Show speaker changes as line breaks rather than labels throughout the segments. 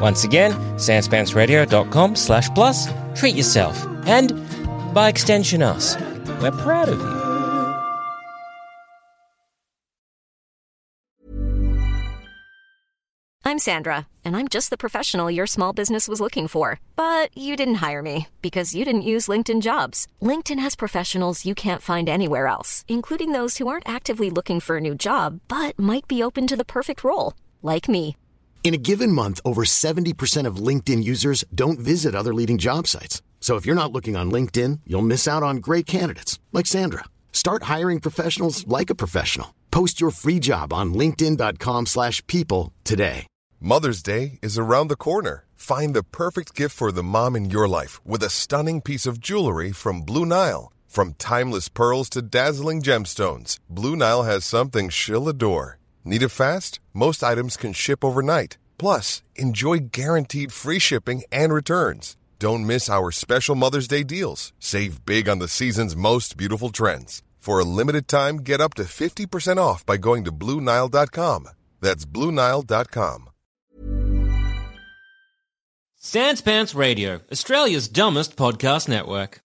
Once again, sanspantsradio.com slash plus, treat yourself, and by extension us. We're proud of you.
I'm Sandra, and I'm just the professional your small business was looking for. But you didn't hire me because you didn't use LinkedIn jobs. LinkedIn has professionals you can't find anywhere else, including those who aren't actively looking for a new job but might be open to the perfect role, like me.
In a given month, over 70% of LinkedIn users don't visit other leading job sites. So if you're not looking on LinkedIn, you'll miss out on great candidates like Sandra. Start hiring professionals like a professional. Post your free job on linkedin.com/people slash people today.
Mother's Day is around the corner. Find the perfect gift for the mom in your life with a stunning piece of jewelry from Blue Nile. From timeless pearls to dazzling gemstones, Blue Nile has something she'll adore. Need it fast? Most items can ship overnight. Plus, enjoy guaranteed free shipping and returns. Don't miss our special Mother's Day deals. Save big on the season's most beautiful trends. For a limited time, get up to 50% off by going to Blue Nile.com. That's Blue Nile.com.
Sanspants Radio, Australia's dumbest podcast network.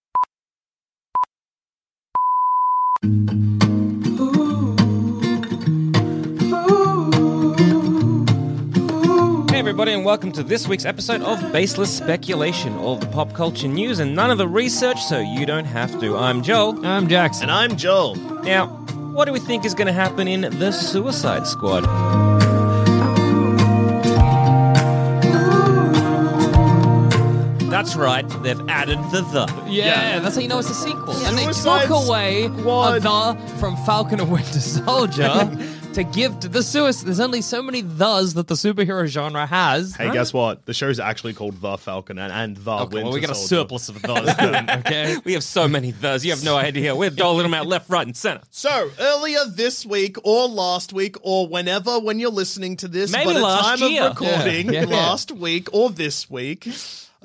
Hey, everybody, and welcome to this week's episode of Baseless Speculation, all the pop culture news and none of the research, so you don't have to. I'm Joel.
I'm Jackson.
And I'm Joel.
Now, what do we think is going to happen in The Suicide Squad? That's right, they've added the the.
Yeah,
Yeah.
that's how you know it's a sequel.
Yeah.
And they
Suicide
took away
Squad.
a the from Falcon and Winter Soldier to give to the suicide. There's only so many thes that the superhero genre has.
Hey, guess what? The show's actually called The Falcon and, and The
Okay,
Winter
well, we got a
Soldier.
surplus of those then, okay?
We have so many the's, you have no idea. We're doling them out left, right, and center.
So earlier this week, or last week, or whenever when you're listening to this,
Maybe
by the
last
time
year.
of recording,
Yeah, yeah.
last week or this week,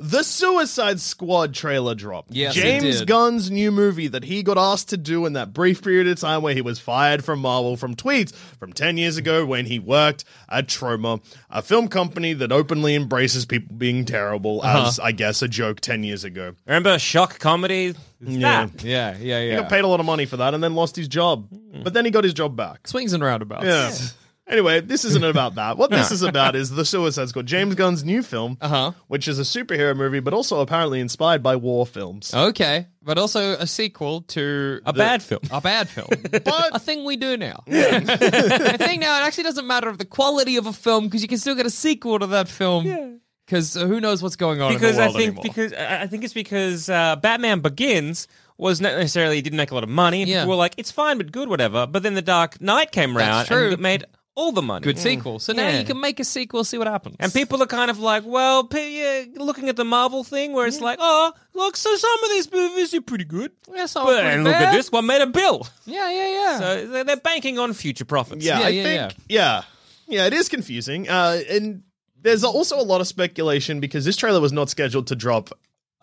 the Suicide Squad trailer dropped.
Yes, it
James
did.
Gunn's new movie that he got asked to do in that brief period of time where he was fired from Marvel from tweets from ten years ago when he worked at Troma, a film company that openly embraces people being terrible
Uh-huh.
as I guess a joke ten years ago.
Remember shock comedy?
Yeah.
That.
Yeah, yeah,
He
yeah.
got paid a lot of money for that and then lost his job.
Hmm.
But then he got his job back.
Swings and roundabouts.
Yeah. Anyway, this isn't about that. What this is about is The Suicide Squad, James Gunn's new film,
Uh-huh.
which is a superhero movie, but also apparently inspired by war films.
Okay, but also a sequel to
A bad film.
a bad film. a thing we do now. a thing now. It actually doesn't matter of the quality of a film because you can still get a sequel to that film. Because who knows what's going on in
Because
the
I
world
think
anymore.
because I I think it's because uh, Batman Begins was not necessarily didn't make a lot of money.
Yeah.
People were like, it's fine but good, whatever. But then the Dark Knight came around
true.
and it made all the money. Mm.
good sequel. So now
Yeah.
you can make a sequel, see what happens.
And people are kind of like, well, pe- yeah, looking at the Marvel thing where it's like, oh, look, so some of these movies are pretty good.
yeah,
Oh,
some are
But
pretty
and look at
bad.
this one made a bill.
Yeah, yeah, yeah.
So they're they're banking on future profits.
Yeah,
Yeah,
I
yeah,
think, yeah. yeah. it is confusing. Uh, and there's also a lot of speculation because this trailer was not scheduled to drop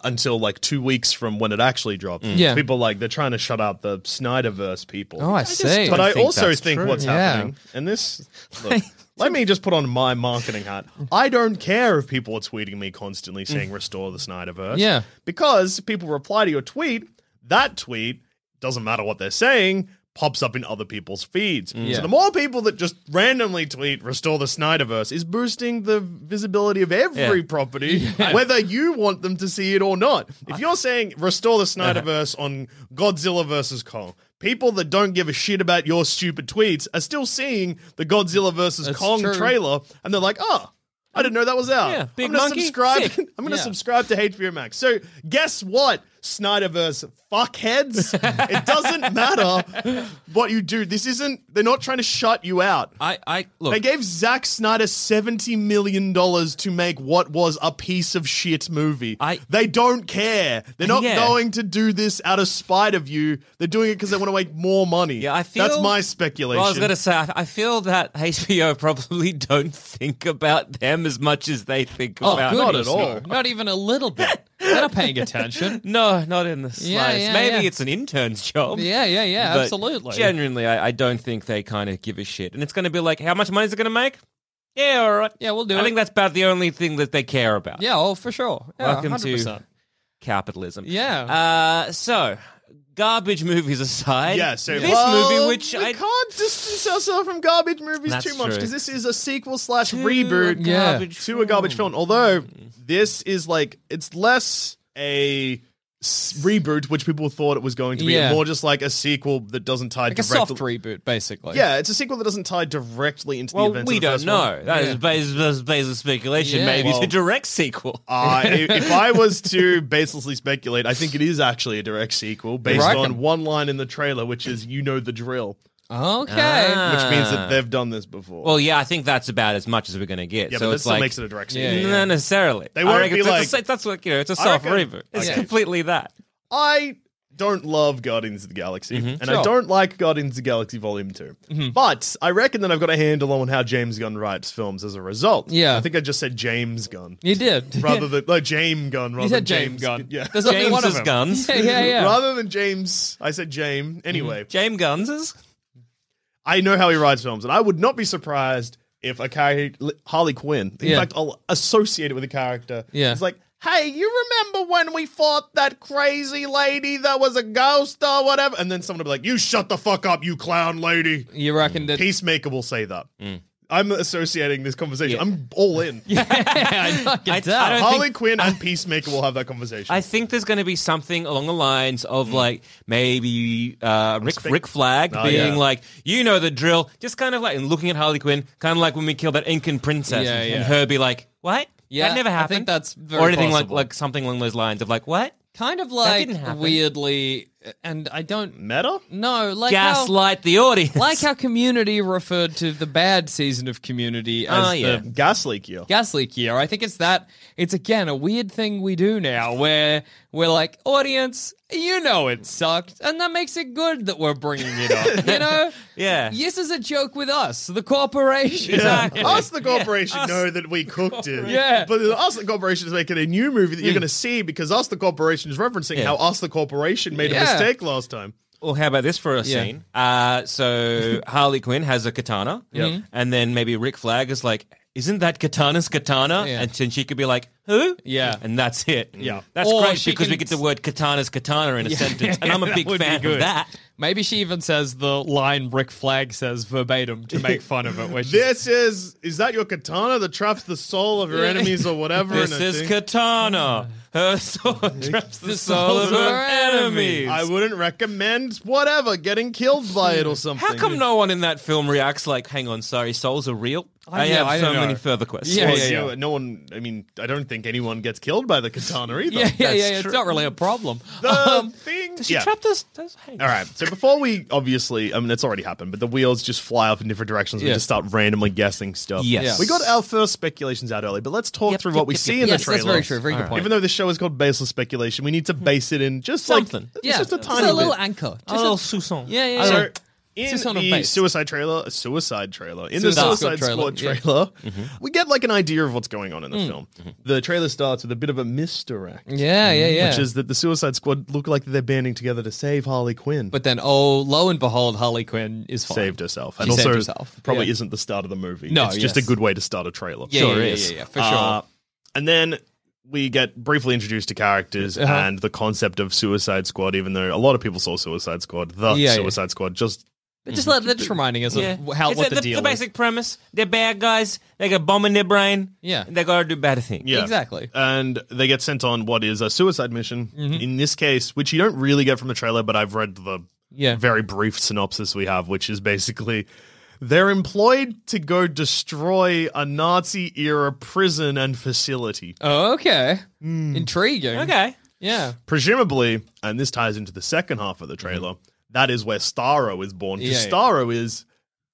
until like two weeks from when it actually dropped.
Mm. Yeah.
People like, they're trying to shut out the Snyderverse people.
oh, I, see.
but I,
think
also
that's
think
true.
what's
Yeah.
happening, and this, look, let me just put on my marketing hat. I don't care if people are tweeting me constantly saying
Mm.
"restore the Snyderverse,"
Yeah.
because people reply to your tweet. That tweet doesn't matter what they're saying. Pops up in other people's feeds.
Mm. Yeah.
So the more people that just randomly tweet "restore the Snyderverse" is boosting the visibility of every
Yeah.
property, whether you want them to see it or not. If you're saying "restore the
Uh-huh.
Snyderverse" on Godzilla versus Kong, people that don't give a shit about your stupid tweets are still seeing the Godzilla versus
That's
Kong
true.
trailer, and they're like, "Oh, I didn't know that was out."
Yeah, big
I'm gonna
monkey,
subscribe.
sick.
I'm going to
Yeah.
subscribe to HBO Max. So guess what? Snyderverse fuckheads. it doesn't matter what you do. This isn't. They're not trying to shut you out.
I, I Uh, look.
They gave Zack Snyder seventy million dollars to make what was a piece of shit movie.
I-
they don't care. They're not
Yeah.
going to do this out of spite of you. They're doing it because they want to make more money.
Yeah, I feel
that's my speculation.
Well, I was going to say, I, I feel that HBO probably don't think about them as much as they think about.
Oh, not
us.
at all. Not even a little bit. They're not paying attention.
No, not in the slightest.
Yeah, yeah,
Maybe
yeah.
it's an intern's job.
Yeah, yeah, yeah,
But
absolutely.
Genuinely, I, I don't think they kind of give a shit. And it's going to be like, how much money is it going to make? Yeah, all right.
Yeah, we'll do
I
it.
think that's about the only thing that they care about.
yeah, oh, for sure. Yeah,
Welcome
100%.
to capitalism.
Yeah.
Uh, so, garbage movies aside,
Yeah, so-
this
Well,
movie, which
we
I
can't distance ourselves from garbage movies
That's
too much
true.
because this is a sequel slash
To a
reboot
Yeah.
garbage Mm.
to a garbage film. Although this is like it's less a s- reboot, which people thought it was going to be,
Yeah.
and more just like a sequel that doesn't tie
Like a
directly.
soft reboot, basically.
yeah, it's a sequel that doesn't tie directly into
well,
the events.
we
of the
don't
first
know.
One.
That is bas- bas- baseless speculation.
Yeah.
Maybe it's
Well-
a direct sequel.
Uh, i- if I was to baselessly speculate, I think it is actually a direct sequel based
Right.
on one line in the trailer, which is "You know the drill,"
Okay.
Ah.
which means that they've done this before.
Well, yeah, I think that's about as much as we're going to get.
yeah,
so
but that
it's
still
like
makes it a direct sequel.
Yeah, yeah.
not necessarily.
They
I
won't
reckon
be
it's a
like-
sa- that's like you know, it's a
I
soft
reckon-
reboot. It's
Okay.
completely that.
I don't love Guardians of the Galaxy,
Mm-hmm.
and I don't like Guardians of the Galaxy Volume 2. But I reckon that I've got a handle on how James Gunn writes films as a result.
Yeah.
I think I just said James Gunn.
You did.
Rather than like James Gunn, rather
said
than James,
James Gunn.
Yeah,
There's only one of
James's
them.
guns.
Yeah, yeah, Mm-hmm. yeah.
rather than James, I said James. Anyway,
James Guns's.
I know how he writes films, and I would not be surprised if a character, Harley Quinn, in
Yeah.
fact, I'll associate it with a character.
Yeah.
It's like, hey, you remember when we fought that crazy lady that was a ghost or whatever? And then someone will be like, you shut the fuck up, you clown lady.
You reckon that.
Peacemaker will say that.
Mm.
I'm associating this conversation. I'm all in.
I
I, I
can tell.
don't think-
Harley Quinn and Peacemaker will have that conversation.
I think there's going to be something along the lines of
Hmm.
like maybe uh, Rick
spec-
Rick Flag
Oh,
being
yeah.
like, you know the drill, just kind of like and looking at Harley Quinn, kind of like when we killed that Incan princess,
Yeah, yeah.
and her be like, what?
Yeah,
that never
I
happened.
think that's very
or anything
possible.
like like something along those lines of like what
kind of like
didn't happen.
weirdly, and I don't
Meta?
know, like how,
gaslight the audience.
like how Community referred to the bad season of Community as
Oh, yeah.
the
Gas leak year.
gas leak year. I think it's that. It's again a weird thing we do now, where we're like, audience, you know it sucked, and that makes it good that we're bringing it up. you know,
yeah.
this is a joke with us, the corporation.
Exactly.
Us, the corporation, know that we cooked it.
Yeah. Hmm.
But us, the corporation, is making a new movie that you're going to see because us, the corporation, is referencing how us, the corporation, made
Yeah.
a mistake last time.
Well, how about this for a
Yeah.
scene? Uh, so Harley Quinn has a katana, and then maybe Rick Flag is like, "Isn't that katana's katana?"
Yeah.
And then she could be like, "Who?"
Yeah.
and that's it.
Yeah.
that's
Or
great
she
because we
can-
get the word katana's katana in a sentence, and I'm a
that
big
would be
fan of
good.
that.
Maybe she even says the line Rick Flag says verbatim to make fun of it. Which
This is, is that your katana that traps the soul of your enemies or whatever?
This
in a
is
thing?
katana. Her sword traps the soul
souls
of
Mm-hmm. of
her
her
enemies.
enemies.
I wouldn't recommend whatever getting killed by it
Hmm.
or something.
How come no one in that film reacts like, "Hang on, sorry, souls are real"? I,
yeah,
have
I
so
don't know.
many further questions.
Yeah,
Well,
yeah, yeah.
you- no one. I mean, I don't think anyone gets killed by the katana either.
yeah, yeah,
That's
yeah,
true.
It's Um, not really a problem.
The thing.
Does she
yeah.
trap this? Does, hang
All right. So before we obviously, I mean, it's already happened, but the wheels just fly off in different directions. We
Yeah.
just start randomly guessing stuff.
Yes. Yeah.
We got our first speculations out early, but let's talk
Yep,
through
yep,
what we
yep,
see
yep,
in
yep.
the
yes,
trailer.
that's very true. Very good point. Hmm.
Even though the show is called Baseless Speculation, we need to base it in just
Something.
Like, it's
yeah,
Just a tiny
just a little
bit.
anchor.
A
Just
little Susan.
yeah, yeah, yeah.
So
Just
in
on a
the
base.
suicide trailer, suicide trailer, in
Suicide
the
Squad
suicide
trailer,
squad
yeah. Mm-hmm.
trailer, we get like an idea of what's going on in the film. The trailer starts with a bit of a misdirect,
yeah, yeah, yeah.
Mm-hmm. which is that the Suicide Squad look like they're banding together to save Harley Quinn,
but then, oh, lo and behold, Harley Quinn is fine.
saved herself,
She
and also
saved herself.
probably
Yeah.
isn't the start of the movie.
No,
it's just
yes.
a good way to start a trailer.
Yeah, yeah, yeah, yeah, yeah, for
Uh,
sure.
And then we get briefly introduced to characters
Uh-huh.
and the concept of Suicide Squad, even though a lot of people saw Suicide Squad, the
Yeah, yeah.
Suicide Squad, just
Just like they're just reminding us
Mm-hmm. Yeah.
of how
It's
what
a-
the,
the,
deal
the
is.
basic premise. They're bad guys. They got bomb in their brain.
Yeah.
They gotta do bad things.
Yeah.
Exactly. Mm-hmm.
and they get sent on what is a suicide mission in this case, which you don't really get from the trailer, but I've read the
Yeah.
very brief synopsis we have, which is basically they're employed to go destroy a Nazi era prison and facility. Hmm.
Oh, okay. Intriguing.
Okay.
Yeah.
Presumably, and this ties into the second half of the trailer, that is where Starro is born.
Mm-hmm. Yeah,
Because
yeah.
Starro is,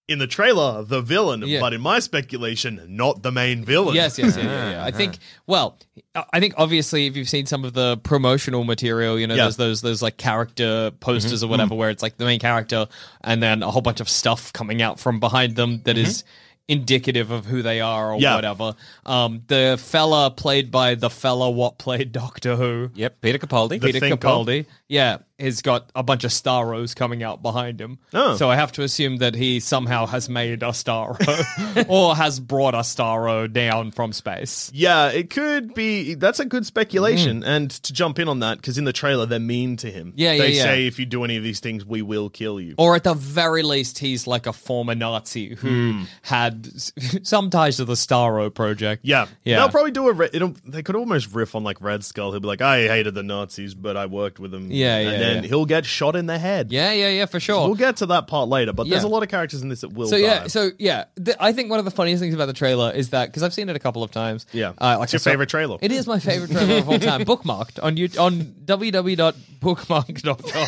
in the trailer, the villain,
Yeah.
but in my speculation, not the main villain.
Yes, yes, yeah, yeah,
uh-huh.
yeah. I think. Well, I I think obviously if you've seen some of the promotional material, you know,
Yeah. Mm-hmm.
there's those those like character posters or whatever, where it's like the main character and then a whole bunch of stuff coming out from behind them that is indicative of who they are or
Mm-hmm. Yeah.
whatever. Um, the fella played by the fella what played Doctor Who.
Yep, Peter Capaldi.
The
Peter
Thinker.
Capaldi, yeah, has got a bunch of Starros coming out behind him.
Oh.
So I have to assume that he somehow has made a Starro or has brought a Starro down from space.
Yeah, it could be. That's a good speculation. And to jump in on that, because in the trailer they're mean to him.
Mm-hmm. Yeah, yeah, Oh.
They
yeah.
say if you do any of these things, we will kill you.
Or at the very least, he's like a former Nazi who
Hmm.
had s- some ties to the Starro project.
yeah,
Yeah.
They'll probably do a. Re- it'll, they could almost riff on like Red Skull. He'll be like, "I hated the Nazis, but I worked with them."
Yeah, yeah,
And then
yeah.
he'll get shot in the head.
Yeah, yeah, yeah, for sure.
We'll get to that part later, but there's a
Oh. Yeah.
lot of characters in this that will.
so
die.
yeah, so yeah, th- I think one of the funniest things about the trailer is that because I've seen it a couple of times.
Yeah.
uh,
It's your
I saw-
favorite trailer.
It is my favorite trailer of all time. Bookmarked on you on www.bookmarked.com.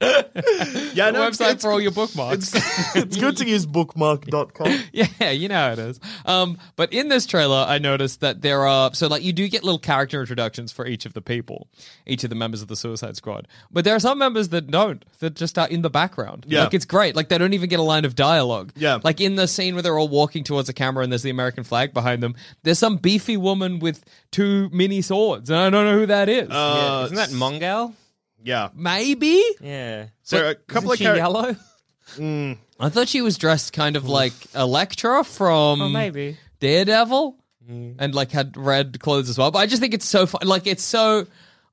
yeah,
The
no, it's-
website
it's
for all
good-
your bookmarks.
It's good to use bookmark.com.
Yeah, you know how it is. Um, but in this trailer, I noticed that there are so like you do get little character introductions for each of the people, each of the members of the Suicide Squad. But there are some members that don't, that just are in the background.
Yeah.
like it's great. Like they don't even get a line of dialogue.
Yeah.
like in the scene where they're all walking towards the camera and there's the American flag behind them. There's some beefy woman with two mini swords, and I don't know who that is.
Yeah,
Uh,
Isn't that Mongal?
Yeah.
Maybe.
Yeah.
So a couple of Mm.
Isn't she
characters.
yellow?
I thought she was dressed kind of like Elektra from
Oh,
Daredevil
Mm.
and like had red clothes as well. But I just think it's so fun. Like it's so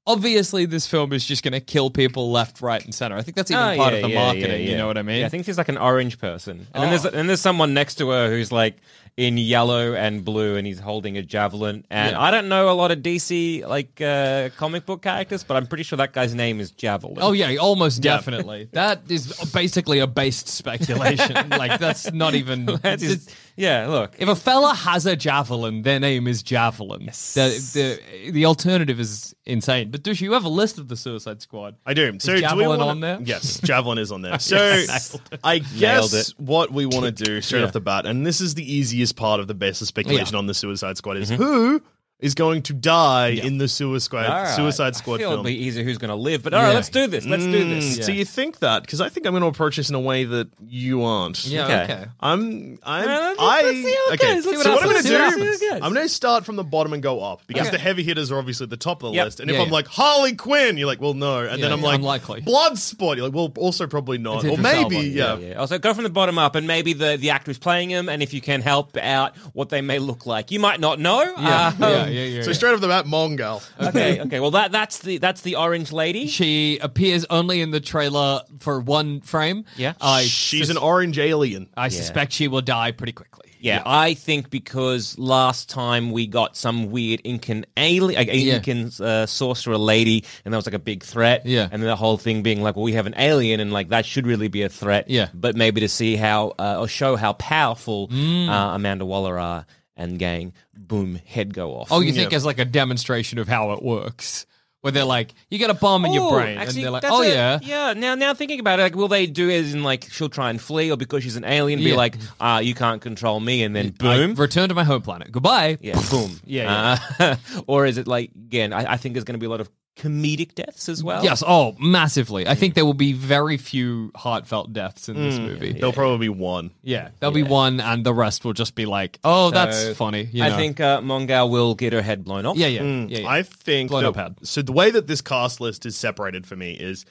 obviously this film is just going to kill people left, right, and center. I think that's even
Oh,
part
yeah,
of the
yeah,
marketing.
yeah, yeah.
You know what I mean? Oh.
Yeah, I think she's like an orange person, and then there's and there's someone next to her who's like in yellow and blue, and he's holding a javelin. And
Yeah.
I don't know a lot of DC like uh, comic book characters, but I'm pretty sure that guy's name is Javelin.
Oh yeah, almost definitely. that is basically a based speculation. like that's not even.
That's his- yeah. Look,
if a fella has a javelin, their name is Javelin. The, the, the alternative is insane. But Dush, you have a list of the Suicide Squad.
I do. So do we
Javelin
wanna-
on there?
Yes, javelin is on there. So
Yes.
I
Nailed
guess
it.
what we want to do straight off the bat, and this is the easiest part of the basis speculation
Yeah. Mm-hmm.
on the Suicide Squad is who is going to die in the Suicide
All right.
Suicide Squad
I feel
film.
It'll be easier who's going to live, but all right,
Yeah.
let's do this. Let's do this.
Mm, So you think that? Because I think I'm going to approach this in a way that you aren't.
Yeah.
Okay.
Okay.
I'm. I'm.
No, let's-
I.
let's see how it
okay.
goes.
So
Let's
what
see what
I'm
happens.
going to
See what
do?
happens. See what goes.
I'm going to start from the bottom and go up because the heavy hitters are obviously at the top of the
Yep.
list. And if
Yeah,
I'm
yeah.
like Harley Quinn, you're like, well, no. And then
Yeah,
I'm like,
unlikely.
Bloodsport. You're like, well, also probably not.
Idris
Or maybe,
Elba,
yeah.
Yeah. Also, go from the bottom up, and maybe the the actor who's playing him, and if you can help out what they may look like, you might not know.
Yeah,
Um,
yeah, yeah, yeah.
So straight off the bat, Mongal.
Okay, okay. Well, that that's the that's the orange lady.
She appears only in the trailer for one frame.
Yeah.
I
She's
sus-
an orange alien.
I suspect she will die pretty quickly.
Yeah, I think because last time we got some weird Incan alien, like,
Yeah.
Incan uh, sorcerer lady, and that was like a big threat.
Yeah.
and the whole thing being like, well, we have an alien, and like that should really be a threat.
Yeah.
but maybe to see how uh, or show how powerful
Mm.
uh, Amanda Waller are and gang, boom, head go off.
Oh, you think as like a demonstration of how it works, where they're like, you got a bomb in your
Ooh,
brain,
actually,
and they're like,
that's
oh
a-
yeah,
yeah. Now, now thinking about it, like, will they do as in like she'll try and flee, or because she's an alien, be
Yeah.
like, ah, you can't control me, and then
I
boom,
return to my home planet. Goodbye.
yeah, boom,
Yeah,
Uh, or is it like again? I, I think there's going to be a lot of comedic deaths as well.
Yes. Oh, massively. I think there will be very few heartfelt deaths in
Mm.
this movie. Yeah,
There'll probably be one.
there'll be one, and the rest will just be like, oh, that's funny. you
I
know.
think Mm. uh, Mongal will get her head blown off.
Yeah, yeah, yeah. yeah.
I think
Blown
that-
up ad.
so. The way that this cast list is separated for me is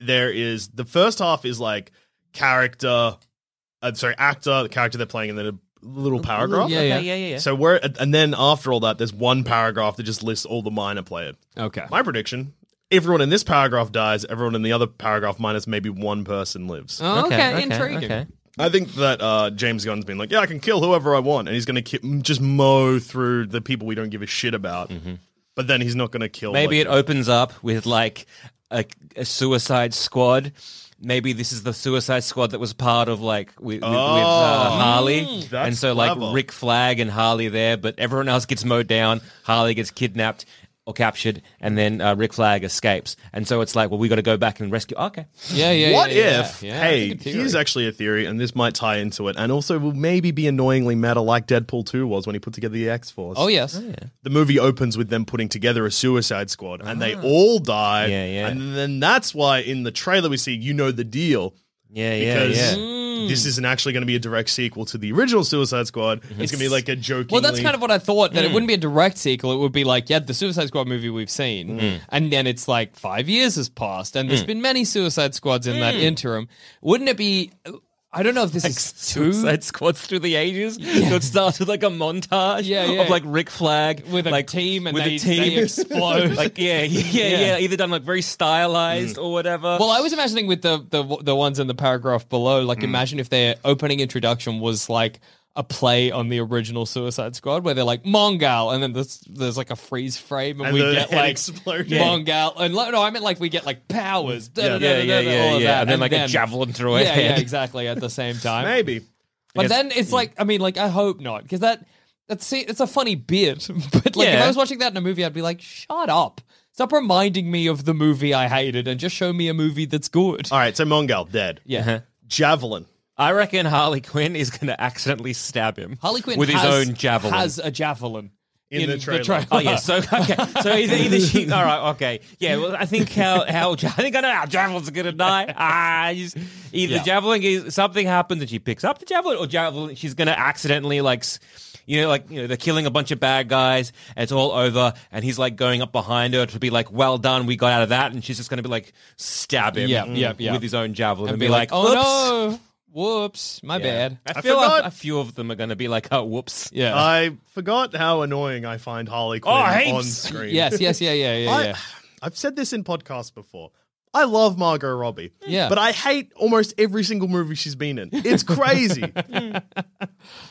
there is the first half is like character, uh, sorry, actor, the character they're playing, and then a little paragraph.
yeah, yeah.
Okay, yeah, yeah, yeah.
So we're at- and then after all that, there's one paragraph that just lists all the minor players.
okay.
My prediction: everyone in this paragraph dies. Everyone in the other paragraph, minus maybe one person, lives.
Oh, okay, Intriguing.
okay.
I think that uh, James Gunn's been like, yeah, I can kill whoever I want, and he's going to ki- just mow through the people we don't give a shit about. But then he's not going to kill.
Maybe
like,
it opens up with like a, a Suicide Squad. Maybe this is the Suicide Squad that was part of like with, with, with uh,
Oh.
Harley,
that's
and so like
clever.
Rick Flag and Harley there, but everyone else gets mowed down. Harley gets kidnapped, or captured, and then uh, Rick Flag escapes. And so it's like, well, we got to go back and rescue. oh, Okay.
Yeah, yeah.
what
yeah, yeah,
if,
yeah.
hey,
That's a good
here's
theory.
actually a theory, and this might tie into it, and also will maybe be annoyingly meta like Deadpool 2 was when he put together the X Force.
Oh yes.
The movie opens with them putting together a suicide squad, and they
Ah.
all die.
Yeah, yeah.
And then that's why in the trailer we see, you know the deal,
Yeah, yeah,
because
yeah.
Mm.
this isn't actually going to be a direct sequel to the original Suicide Squad. It's going to be like a joking.
Mm-hmm. Well, that's kind of what I thought
Mm.
that it wouldn't be a direct sequel. It would be like, yeah, the Suicide Squad movie we've seen,
Mm.
and then it's like five years has passed, and there's been many Suicide Squads in
Mm.
that interim. Wouldn't it be? I don't know if this is too.
Suicide squads through the ages. So it starts with like a montage
Yeah, yeah.
of like Rick Flag
With a
like,
team and
with
they-
a team.
they explode.
like yeah, yeah, yeah,
Yeah.
Either done like very stylized or whatever.
Well, I was imagining with the the the ones in the paragraph below.
Hmm.
Like, imagine if their opening introduction was like a play on the original Suicide Squad, where they're like Mongal, and then there's there's like a freeze frame, and,
And
we
the
get
head
like
explosion.
Mongal, and like, no, I meant like we get like powers, da-
yeah,
da- da- da-
yeah,
da-
yeah,
all of
yeah.
that,
And then, like, a javelin through a
yeah,
head.
yeah, exactly at the same time.
maybe.
But then it's like, I mean, like, I hope not, because that that's it's a funny bit. But like, if
Yeah.
I was watching that in a movie, I'd be like, shut up. Stop reminding me of the movie I hated and just show me a movie that's good.
All right, so Mongal dead.
Yeah.
Uh-huh.
Javelin.
I reckon Harley Quinn is going to accidentally stab him.
Harley Quinn
with
has-
his own javelin.
has a javelin
In the trailer.
Oh yeah, so okay, so either, either she. All right, okay, yeah. Well, I think how how I think I know how javelins are gonna die. Ah, you just- either
Yeah.
javelin is something happens and she picks up the javelin, or javelin she's gonna accidentally like. s- You know, like you know, they're killing a bunch of bad guys. and It's all over, and he's like going up behind her to be like, "Well done, we got out of that." And she's just going to be like, stab him,
Yep, yep, yep.
with his own javelin,
and be like,
"Oops."
oh no, whoops, my bad.
I feel like
forgot- Uh,
a few of them are going to be like, "Oh, whoops."
Yeah. Oh,
I forgot how annoying I find Harley Quinn
heaps.
on screen.
yes, yes, yeah, yeah, yeah,
I,
yeah.
I've said this in podcasts before. I love Margot Robbie.
Yeah.
But I hate almost every single movie she's been in. It's crazy.
Hmm.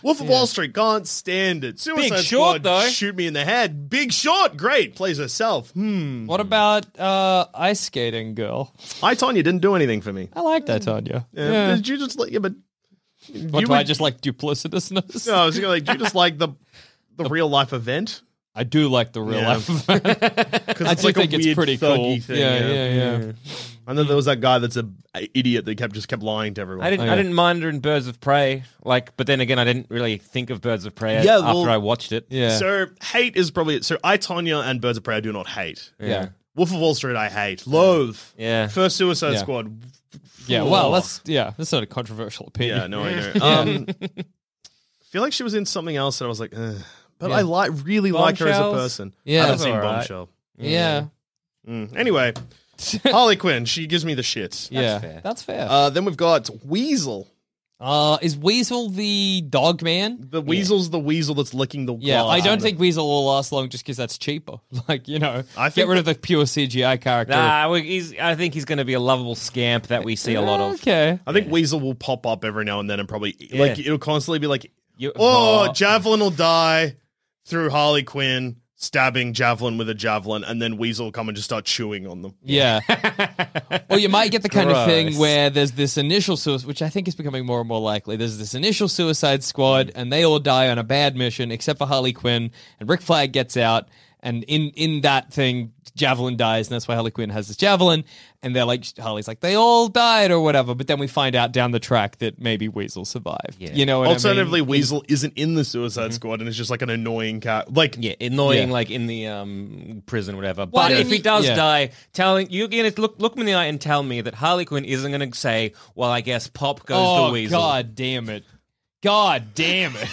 Wolf of Wall Street, can't stand it. Suicide
Big Short,
Squad,
though.
shoot me in the head. Big Short, great. Plays herself. Hmm.
What about uh, ice skating girl?
I, Tonya, didn't do anything for me.
I like that, Tanya.
Yeah. Did you just like, yeah, but.
What
you
do I
would-
just like duplicitousness?
No, I was gonna like, do you just like the, the real life event?
I do like the real
Yeah.
life.
Because
I do think it's pretty cool.
Thing,
yeah, yeah, yeah,
And then there was that guy that's a, a idiot that kept just kept lying to everyone.
I didn't. I didn't mind her in Birds of Prey. Like, but then again, I didn't really think of Birds of Prey
Yeah,
after
well-
I watched it.
yeah.
So hate is probably so. I Tonya and Birds of Prey I do not hate.
yeah.
Wolf of Wall Street I hate. Loathe.
Yeah.
First Suicide
Yeah.
Squad.
Yeah, well, that's yeah, that's not a controversial opinion.
Yeah. No, I know. Um, feel like she was in something else that I was like, Ugh. but I like really like her as a
Bombshells?
person.
Yeah.
I haven't
That's
seen
alright.
Bombshell.
yeah,
Mm. Anyway, Harley Quinn. She gives me the shits.
yeah.
fair.
That's fair. Uh,
Uh, then we've got Weasel.
is Weasel the dog man?
The Weasel's the Weasel that's licking the.
Yeah, I
glass.
don't think Weasel will last long just because that's cheaper. Like you know,
I think
get rid of the pure CGI character.
Nah, we, he's, I think he's going to be a lovable scamp that we see a lot of.
Okay.
I think Weasel will pop up every now and then and probably like it'll constantly be like,
You-
oh,
Oh.
Javelin will die through Harley Quinn stabbing Javelin with a javelin, and then Weasel will come and just start chewing on them.
Yeah. or you might get the kind of thing
Gross.
where there's this initial suicide, which I think is becoming more and more likely. There's this initial suicide squad, and they all die on a bad mission, except for Harley Quinn, and Rick Flag gets out, and in in that thing, Javelin dies, and that's why Harley Quinn has this javelin, and they're like Harley's like they all died or whatever, but then we find out down the track that maybe Weasel survived. You know, what
Alternatively,
I mean? Mm-hmm.
Weasel isn't in the Suicide Squad and is just like an annoying cat. Like,
Yeah, annoying,
Yeah.
like in the um, prison, whatever.
Why
But
didn't
if he
you-
does
yeah.
die, telling you're going to look look me in the eye and tell me that Harley Quinn isn't going to say, "Well, I guess Pop goes
oh
the weasel."
god damn it, god damn it.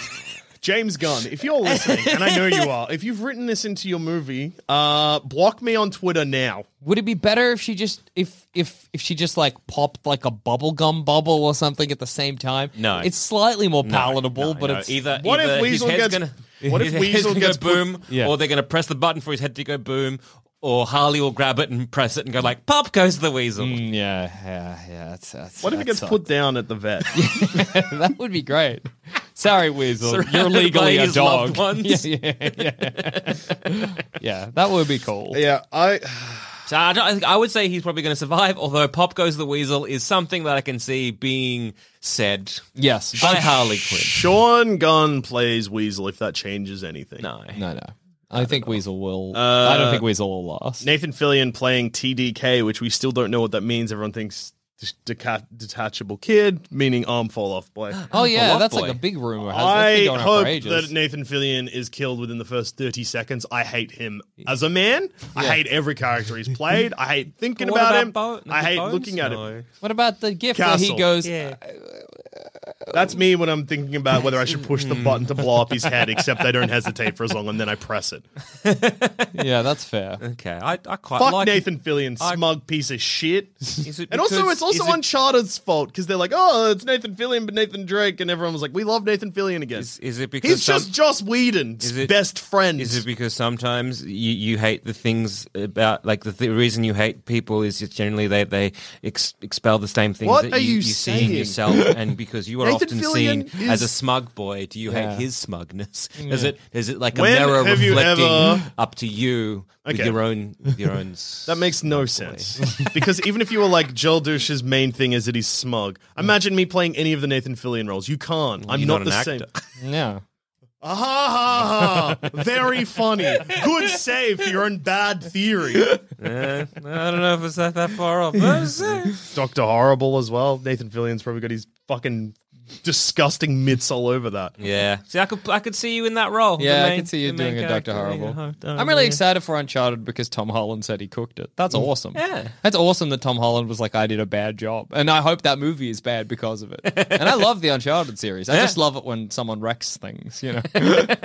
James Gunn, if you're listening, and I know you are, if you've written this into your movie, uh, block me on Twitter now.
Would it be better if she just if if if she just like popped like a bubblegum bubble or something at the same time?
No.
It's slightly more palatable,
No,
but
no,
it's
either
What if
either his
Weasel
head's
gets-
gonna,
what if
his head's
Weasel
gonna
gets
go
put-
boom,
Yeah.
or they're going to press the button for his head to go boom, or Harley will grab it and press it and go like, "Pop goes the weasel."
Mm, yeah, yeah, yeah. That's, that's,
What if
that
it gets
sucks.
put down at the vet?
that would be great. Sorry, Weasel. You're
Surrounded
legally
by
a
his loved
dog.
ones.
Yeah, yeah, yeah. yeah, that would be cool.
yeah, I.
So I, don't, I think- I would say he's probably going to survive. Although "Pop Goes the Weasel" is something that I can see being said
Yes.
by Harley Quinn.
Sean Gunn plays Weasel if that changes anything.
No,
no, no. I, think Weasel will. I don't think Weasel will last.
Nathan Fillion playing TDK, which we still don't know what that means. Everyone thinks dis- deca- detachable kid, meaning arm fall off boy.
oh yeah,
Love
that's
Boy.
like a big rumor. Has- that's
I
been going on
hope
for ages.
that Nathan Fillion is killed within the first 30 seconds. I hate him as a man. I hate every character he's played. I hate thinking
But what
about,
about
him.
Bo-
I hate
Bones?
looking at
No.
him.
What about the gift where
Castle.
he goes?
Yeah.
That's me when I'm thinking about whether I should push the button to blow up his head, except I don't hesitate for as long and then I press it.
Yeah, that's fair.
Okay. I, I quite
Fuck
like
Nathan Fillion,
I-
smug piece of shit.
Is it
and also,
because-
it's also
is it-
Uncharted's fault because they're like, oh, it's Nathan Fillion, but Nathan Drake, and everyone was like, we love Nathan Fillion again.
Is- is it because
he's
some-
just Joss Whedon's
Is it-
best friend?
Is it because sometimes you, you hate the things about like the, the reason you hate people is just generally they they ex- expel the same things
What
that
are
you,
you
see in
saying?
yourself, and because you are
Nathan
often
Fillion
seen as a
is-
smug boy, do you hate his smugness? Is it is it like a
When
mirror
have you
reflecting
ever-
up to you with
Okay.
your own with your own?
That makes no sense. because even if you were like Joel Douche's main thing is that he's smug, imagine me playing any of the Nathan Fillion roles. You can't. I'm
You're
not,
not
the
an
same.
actor.
Yeah.
Ah, ha, ha, ha. Very funny. Good save for your own bad theory.
I don't know if it's that, that far off. That's
Doctor Horrible as well. Nathan Fillion's probably got his fucking disgusting mitts all over that.
yeah. See, I could I could see you in that role.
Yeah, I can see you doing a Doctor Horrible. I'm really excited for Uncharted because Tom Holland said he cooked it.
Mm.
That's awesome.
Yeah.
That's awesome that Tom Holland was like, I did a bad job. And I hope that movie is bad because of it. and I love the Uncharted series. I just love it when someone wrecks things, you know.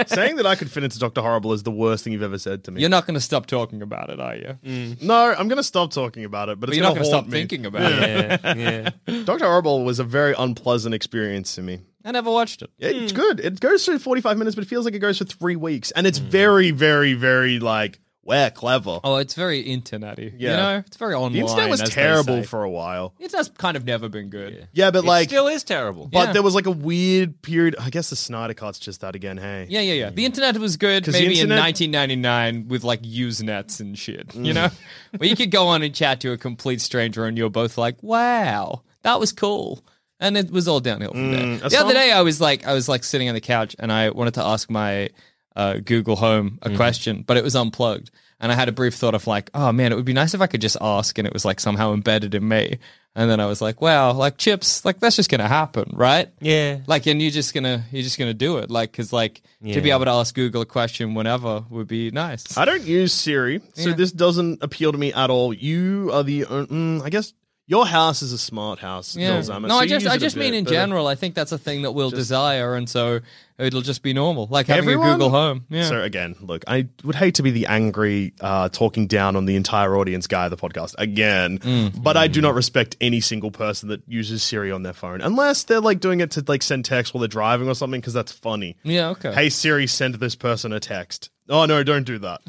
Saying that I could fit into Doctor Horrible is the worst thing you've ever said to me.
you're not going to stop talking about it, are you?
Mm. no, I'm going to stop talking about it,
But
but, it's
you're not
going to
stop
me.
thinking about it.
Yeah, yeah.
Doctor Horrible was a very unpleasant experience to me.
I never watched it.
Yeah, It's good. It goes through 45 minutes, but it feels like it goes for three weeks. And
Hmm.
it's very, very, very like, we're clever.
Oh, it's very internety. You
Yeah.
know, it's very online.
the internet was
as they
terrible
say.
for a while.
It's just kind of never been good.
Yeah, but like,
it still is terrible.
but
Yeah.
there was like a weird period. I guess the Snyder Cut's just that again, hey?
Yeah, yeah, yeah. The internet was good
'Cause the
maybe
internet- Mm.
in 1999 with like Usenets and shit, you know? Where you could go on and chat to a complete stranger and you're both like, wow, that was cool. And it was all downhill from there.
Mm, a
The
song-
other day I was like, I was like sitting on the couch and I wanted to ask my uh, Google Home
Mm.
a question, but it was unplugged. And I had a brief thought of like, oh man, it would be nice if I could just ask and it was like somehow embedded in me. And then I was like, wow, like chips, like that's just going to happen, right?
Yeah.
like and you're just gonna you're just gonna do it like because like to be able to ask google a question whenever would be nice
I don't use Siri, so this doesn't appeal to me at all. You are the, on- mm, I guess your house is a smart house.
yeah.
Nils Ahmed,
no
so
i
you
just
use
i
it a
just mean
bit,
in
but-
general i think that's a thing that we'll desire and so it'll just be normal like having
Everyone?
a google home yeah
So again, look, I would hate to be the angry, uh, talking down on the entire audience guy of the podcast again,
Mm.
but I do not respect any single person that uses Siri on their phone unless they're like doing it to like send text while they're driving or something because that's funny.
yeah okay
Hey Siri, send this person a text. Oh no, don't do that.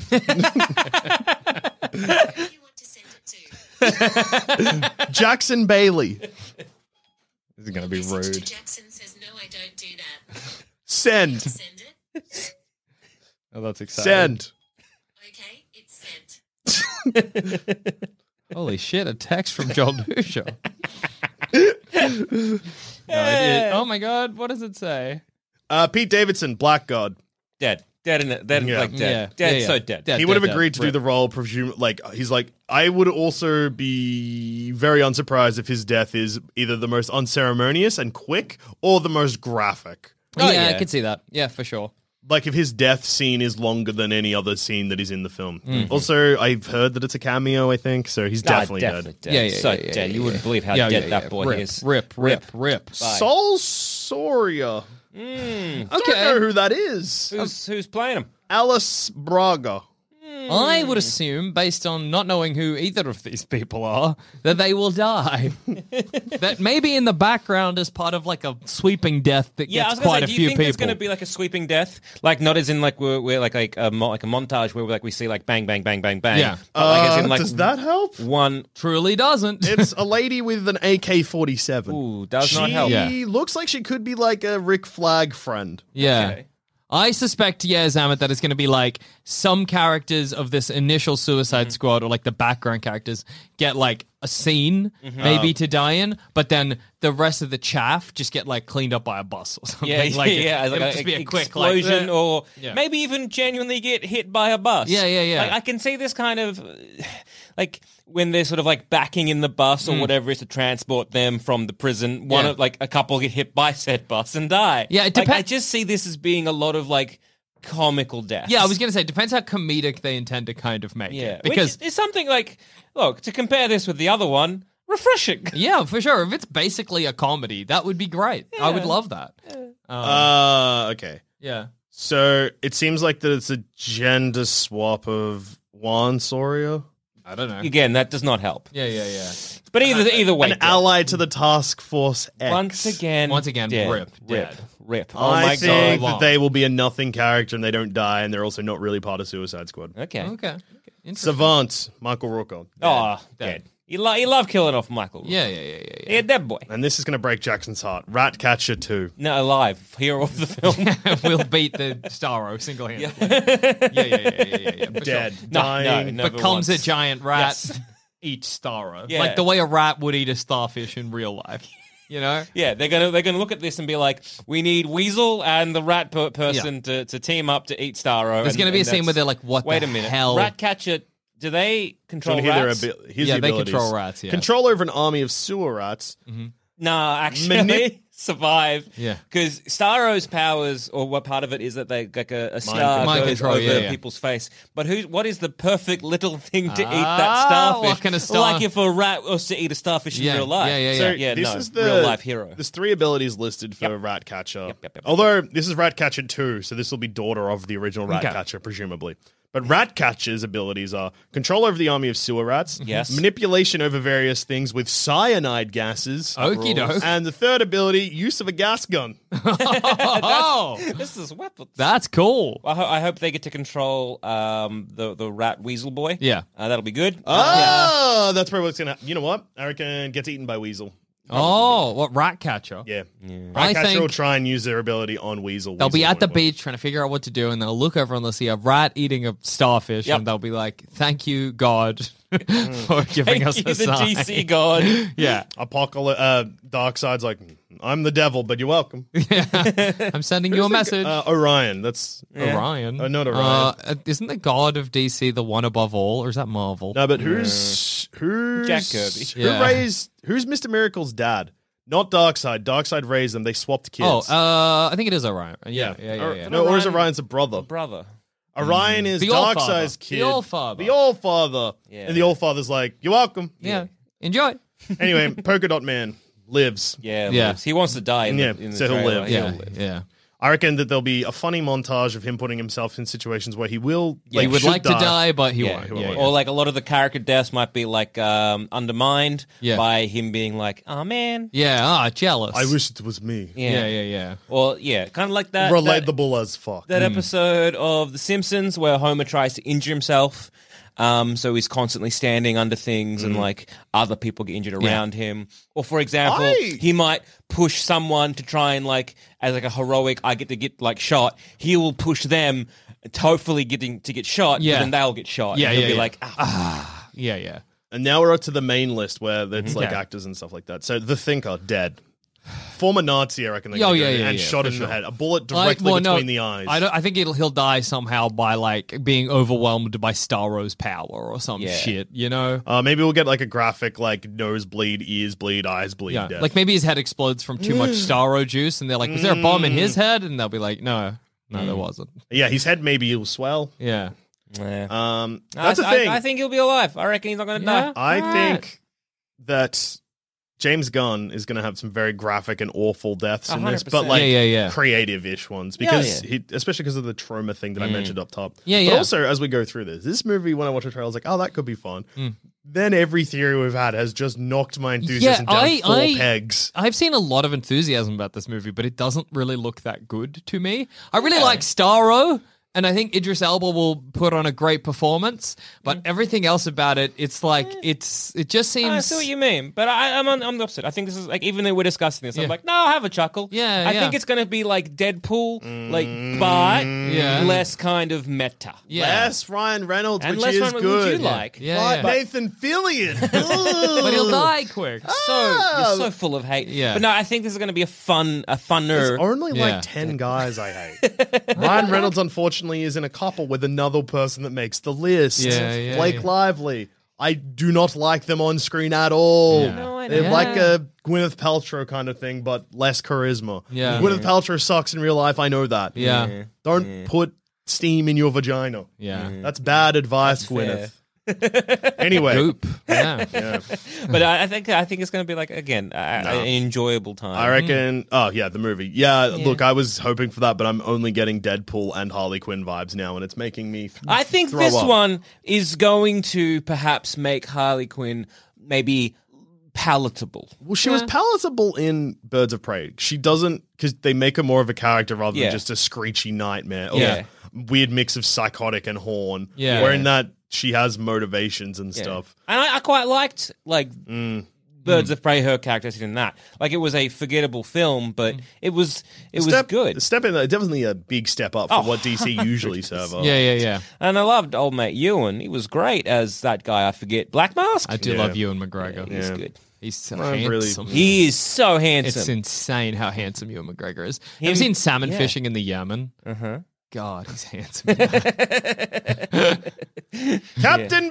you want to send it to?
Jackson Bailey,
this is gonna be
Message to
rude
Jackson says, no, I don't do that.
send,
Send it.
oh that's exciting
send.
Okay, it's sent.
holy shit a text from joel Dusha. No, it is- oh my god what does it say
Uh, Pete Davidson, Black God.
dead, dead, in it, dead,
Yeah.
like dead,
Yeah,
dead,
yeah, yeah.
so dead.
Dead.
he would have
dead,
agreed to do the role, presume like he's like I would also be very unsurprised if his death is either the most unceremonious and quick or the most graphic.
Oh,
yeah,
yeah.
i could see that yeah for sure
Like if his death scene is longer than any other scene that is in the film. Also, I've heard that it's a cameo. I think so. He's definitely,
Mm-hmm. Ah,
dead.
dead.
Yeah, yeah,
so
yeah, yeah,
dead.
yeah,
you wouldn't believe how
yeah,
dead
yeah,
that
yeah.
boy
rip,
is.
rip rip rip
Sol Soria.
Mm.
I
Okay.
don't know who that is.
Who's, who's playing him?
Alice Braga.
I would assume, based on not knowing who either of these people are, that they will die. that maybe in the background is part of like a sweeping death that
Yeah, I was
gets
gonna
quite
say,
a
do
few
you think there's
people.
going to be like a sweeping death? Like not as in like we're, we're like like a mo- like a montage where we're like we see like bang bang bang bang bang.
Yeah.
But, like, as
Uh,
in like
does that help?
one?
Truly doesn't.
It's a lady with an AK forty seven.
Ooh, does
she
not help.
Yeah.
looks like she could be like a Rick Flag friend.
yeah. I suspect, yeah, Zamet, that it's going to be like some characters of this initial
Mm-hmm.
Suicide Squad or like the background characters get like a scene
Mm-hmm. Oh.
maybe to die in, but then the rest of the chaff just get like cleaned up by a bus or something.
Yeah,
like it-
yeah,
it'll
like
just
a
be a quick like,
explosion,
"Eh."
or
Yeah.
maybe even genuinely get hit by a bus.
Yeah, yeah, yeah.
Like, I can see this kind of like when they're sort of like backing in the bus or whatever it is to transport them from the prison. One
Mm. Yeah.
of like a couple get hit by said bus and die.
Yeah, it
Like,
depen-
I just see this as being a lot of like comical deaths.
Yeah, I was gonna say it depends how comedic they intend to kind of make
yeah
it because.
Which is- is something like look to compare this with the other one. Refreshing.
yeah, for sure. If it's basically a comedy, that would be great. I would love that.
Uh, okay.
Yeah.
So it seems like that it's a gender swap of Juan Soria,
I don't know.
Again, that does not help.
Yeah, Uh, yeah, yeah.
But either either way,
an ally to the Task Force X.
once again,
Once again,
dead,
rip,
rip,
dead.
rip. Oh
I
my
think
god!
that they will be a nothing character and they don't die, and they're also not really part of Suicide Squad.
Okay.
Okay. Interesting.
Savant, Michael Rocco.
Oh, dead.
Dead.
You, lo- you love killing off Michael.
Yeah, yeah, yeah, yeah, yeah.
Yeah, dead boy.
And this is going to break Jackson's heart. Ratcatcher 2.
No, alive. Hero of the film.
we'll beat the Starro single handedly. Yeah. yeah, yeah, yeah, yeah, yeah, yeah. for
Dead.
sure.
no,
dying.
no. Never
Becomes
once.
a giant rat,
Yes.
eats Starro.
Yeah.
Like the way a rat would eat a starfish in real life. You know?
yeah, they're gonna they're gonna look at this and be like, we need Weasel and the rat per- person to, to team up to eat Starro.
There's
and-
gonna be
and
a scene
that's-
where they're like, what
wait
the
a minute,
hell?
Ratcatcher. Do they control
Wanna hear their
rats?
abil- here's
Yeah,
the
they
abilities.
control rats, yeah.
Control over an army of sewer rats.
Nah, actually,
Manip-
survive.
Yeah.
because Starro's powers, or what part of it is that they like a, a star
Mind
goes
control,
over
yeah, yeah.
people's face. But who? What is the perfect little thing to eat that
Ah,
starfish?
what kind of star-
Like if a rat was to eat a starfish
Yeah,
in real life.
yeah, yeah, yeah.
So,
So
yeah
this
no,
is the
real life hero.
There's three abilities listed for Ratcatcher.
yep, yep.
Although this is Ratcatcher 2, so this will be daughter of the original Ratcatcher, presumably. But Ratcatcher's abilities are control over the army of sewer rats,
Yes.
manipulation over various things with cyanide gases,
Okie doke.
and the third ability, use of a gas gun.
Oh,
this is weapons.
that's cool.
I, ho- I hope they get to control um, the the rat weasel boy.
Yeah.
uh, that'll be good.
Oh, that's probably what's going to happen. You know what? I reckon gets eaten by Weasel.
Oh, what rat catcher?
Yeah.
I
Ratcatcher will
think-
try and use their ability on Weasel.
They'll be
Weasel
at the
won't work.
beach trying to figure out what to do, and they'll look over and they'll see a rat eating a starfish,
Yep. Mm.
and they'll be like, "Thank you, God, for giving
Thank
us
you,
a
the
sign."
DC god.
Yeah,
Apocalypse. Uh, Darkseid's like, I'm the devil, but you're welcome.
I'm sending you a message.
Uh, Orion. That's
Orion,
Oh, not Orion.
Uh, isn't the God of DC the one above all, or is that Marvel?
no, but who's who's
Jack Kirby.
Who
Yeah.
raised? Who's Mister Miracle's dad? Not Darkseid. Darkseid raised them. They swapped kids.
oh, uh, I think it is Orion. Yeah, yeah, yeah. yeah,
Or- No, or is
Orion-
Orion's a brother?
brother.
Orion is
The Allfather.
Darkseid's
The
kid.
Allfather.
The old father.
Yeah.
And the old father's like, you're welcome.
Yeah. enjoy.
anyway, Polka Dot Man lives.
Yeah,
Yeah.
lives. he wants to die. In
Yeah,
the, in the
so he'll
trailer.
live.
Yeah,
live.
yeah.
I reckon that there'll be a funny montage of him putting himself in situations where he will.
Yeah,
like,
he would
should
like to die, but he
Yeah,
won't. Yeah, yeah.
or like a lot of the character deaths might be like um, undermined
Yeah.
by him being like, "Oh man,
Yeah, ah, jealous.
I wish it was me.
yeah,
Yeah, yeah, yeah.
or yeah, kind of like that that,
Relatable as fuck.
Mm.
that episode of The Simpsons where Homer tries to injure himself, um, so he's constantly standing under things
Mm.
and like other people get injured around him, or for example,
I-
he might push someone to try and like as like a heroic, I get to get like shot. He will push them. to Hopefully, getting to get shot, yeah.
Yeah.
then they'll get shot.
Yeah,
and he'll
yeah,
be
yeah.
like, "Ah,
Yeah, yeah.
And now we're up to the main list where it's like
Okay.
actors and stuff like that. So the Thinker dead, former Nazi, I reckon. They
Oh,
could
yeah,
go,
yeah,
and
yeah,
shot
for
in
sure.
the head, a bullet
Like,
directly
well, no,
between the eyes.
I, don't, I think it'll, he'll die somehow by like being overwhelmed by Starro's power or some
Yeah.
shit. You know,
uh, maybe we'll get like a graphic like nose bleed, ears bleed, eyes bleed.
yeah.
death.
Like maybe his head explodes from too much Starro juice, and they're like, "Was there a bomb in
Mm.
his head?" And they'll be like, "No, no, there wasn't."
yeah, his head maybe will swell.
Yeah,
eh."
Um, that's
I,
a thing.
I, I think he'll be alive. I reckon he's not going to
Yeah.
die.
I think that James Gunn is going to have some very graphic and awful deaths in this, but
100%.
like
Yeah, yeah, yeah.
creative-ish ones because He, especially because of the trauma thing that I mentioned up top.
Mm. Yeah,
but
yeah.
also as we go through this, this movie when I watch a trailer, I was like, oh, that could be fun.
Mm.
Then every theory we've had has just knocked my enthusiasm down
I-
four
I-
pegs.
I've seen a lot of enthusiasm about this movie, but it doesn't really look that good to me. I really like Starro. And I think Idris Elba will put on a great performance, but
Mm.
everything else about it, it's like it's it just seems
I see what you mean, but I, I'm on I'm the opposite. I think this is like even though we're discussing this,
Yeah.
I'm like, no, I'll have a chuckle.
Yeah,
I
yeah.
think it's going to be like Deadpool, like but
Mm. Yeah.
less kind of meta.
yeah.
Less Ryan Reynolds,
and
which
less
is
one would
good.
you like?
Yeah,
But
yeah.
Nathan Fillion.
but he'll die quick.
So you're so full of hate.
Ah. Yeah.
But no, I think this is going to be a fun, a funner.
There's only
Yeah.
like 10 guys I hate. Ryan Reynolds, unfortunately, is in a couple with another person that makes the list.
Yeah, yeah,
Blake
yeah.
Lively. I do not like them on screen at all.
Yeah. No,
I
They're
know.
like a Gwyneth Paltrow kind of thing, but less charisma.
Yeah.
Gwyneth Paltrow sucks in real life. I know that.
Yeah. Yeah.
Don't put steam in your vagina.
Yeah.
That's bad advice, Gwyneth. anyway.
Goop. Yeah.
but I, I think I think it's going to be like again a, an enjoyable time.
I reckon. Oh yeah, the movie. Yeah, look, I was hoping for that, but I'm only getting Deadpool and Harley Quinn vibes now, and it's making me. th-
I think
throw
this
up.
one is going to perhaps make Harley Quinn maybe palatable.
Well, she was palatable in Birds of Prey. She doesn't because they make her more of a character rather
Yeah.
than just a screechy nightmare. Or
Yeah.
weird mix of psychotic and horn.
Yeah.
where in that she has motivations and stuff. Mm.
And I, I quite liked like Birds of Prey, her character in that. Like it was a forgettable film,
Mm.
but it was it was
Step-
good. Oh,
Step in. uh, Definitely a big step up for what DC usually serve. up.
Yeah, yeah, yeah.
And I loved old mate Ewan. He was great as that guy. I forget Black Mask.
I do
Yeah.
love Ewan McGregor.
He's good.
He's so
I'm really-
handsome.
He is so handsome.
it's insane how handsome Ewan McGregor is. Have you seen salmon fishing in the Yemen? Uh-huh. God, he's handsome.
Captain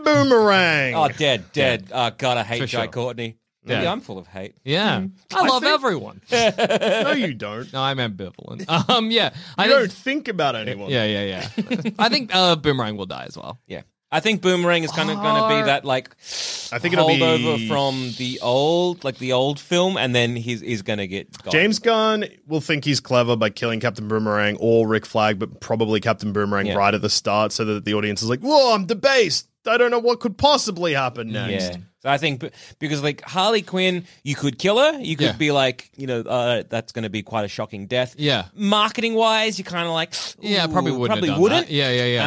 Boomerang.
oh, dead, dead. Oh God, I hate Jai
sure.
Courtney.
Yeah.
Maybe I'm full of hate.
yeah. I love everyone.
no, you don't.
No, I'm ambivalent. Um, yeah. I
You
think,
don't think about anyone.
Yeah, yeah, yeah. I think uh, Boomerang will die as well.
Yeah. I think Boomerang is kind of going to be that like
I think it'll
holdover
be
from the old, like the old film, and then he's he's going to get gone.
James Gunn will think he's clever by killing Captain Boomerang or Rick Flag, but probably Captain Boomerang
Yeah.
right at the start so that the audience is like, whoa, I'm debased. I don't know what could possibly happen next.
Yeah. So I think b- because like Harley Quinn, you could kill her. You could
Yeah.
be like, you know, uh, that's going to be quite a shocking death.
Yeah.
Marketing wise, you're kind of like,
Yeah,
"Ooh,
probably wouldn't. have
Probably
done
wouldn't.
that. Yeah, yeah, yeah.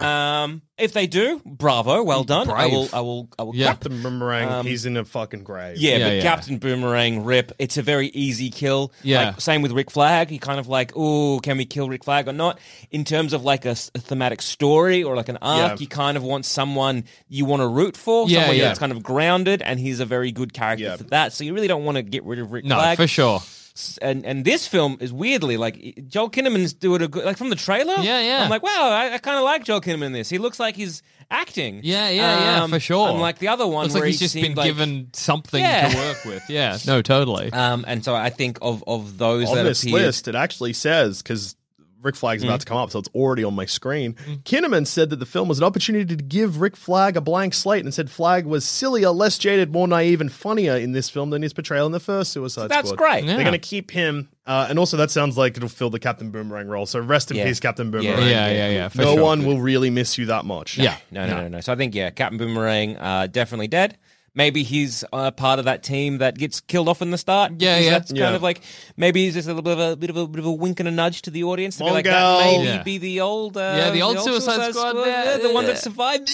Um, if they do, bravo, well done. I
Brave.
will, I will, I will.
Yeah.
clap.
Captain Boomerang,
Um,
he's in a fucking grave.
Yeah,
Yeah,
but
yeah.
Captain Boomerang rip. It's a very easy kill.
Yeah.
Like, same with Rick Flag. He kind of like, oh, can we kill Rick Flag or not? In terms of like a, s- a thematic story or like an arc,
Yeah.
you kind of want someone you want to root for,
Yeah,
someone
yeah.
that's kind of grounded, and he's a very good character
Yeah.
for that. So you really don't want to get rid of Rick
No,
Flag.
for sure.
S- And and this film is weirdly like Joel Kinnaman's doing a good like from the trailer.
Yeah, yeah.
I'm like, wow, I, I kind of like Joel Kinnaman in this. He looks like he's acting.
Yeah, yeah, yeah, for sure.
Unlike the other one,
Looks
where
like he's
he
just been
seemed like-
given something
Yeah.
to work with. Yeah, no, totally.
Um, and so I think of of those
On
that
this
appeared, Mm-hmm.
list, it actually says, because Rick Flag's about to come up, so it's already on my screen. Kinnaman said that the film was an opportunity to give Rick Flag a blank slate and said Flag was sillier, less jaded, more naive, and funnier in this film than his portrayal in the first Suicide Squad.
that's great.
Yeah.
They're going to keep him, uh, and also that sounds like it'll fill the Captain Boomerang role. So rest in
Yeah.
peace, Captain
Yeah.
Boomerang.
yeah, yeah, yeah, for
no
sure.
one will really miss you that much.
Yeah.
No, no, no, no, So I think yeah, Captain Boomerang uh, definitely dead. Maybe he's uh, part of that team that gets killed off in the start.
Yeah,
because
yeah.
That's kind
Yeah.
of like maybe he's just a little bit of a bit of a bit of a wink and a nudge to the audience to be like that.
Mongo.
Maybe
Yeah.
be the old uh,
Yeah, the old Suicide Squad,
yeah, the one that
yeah.
survived.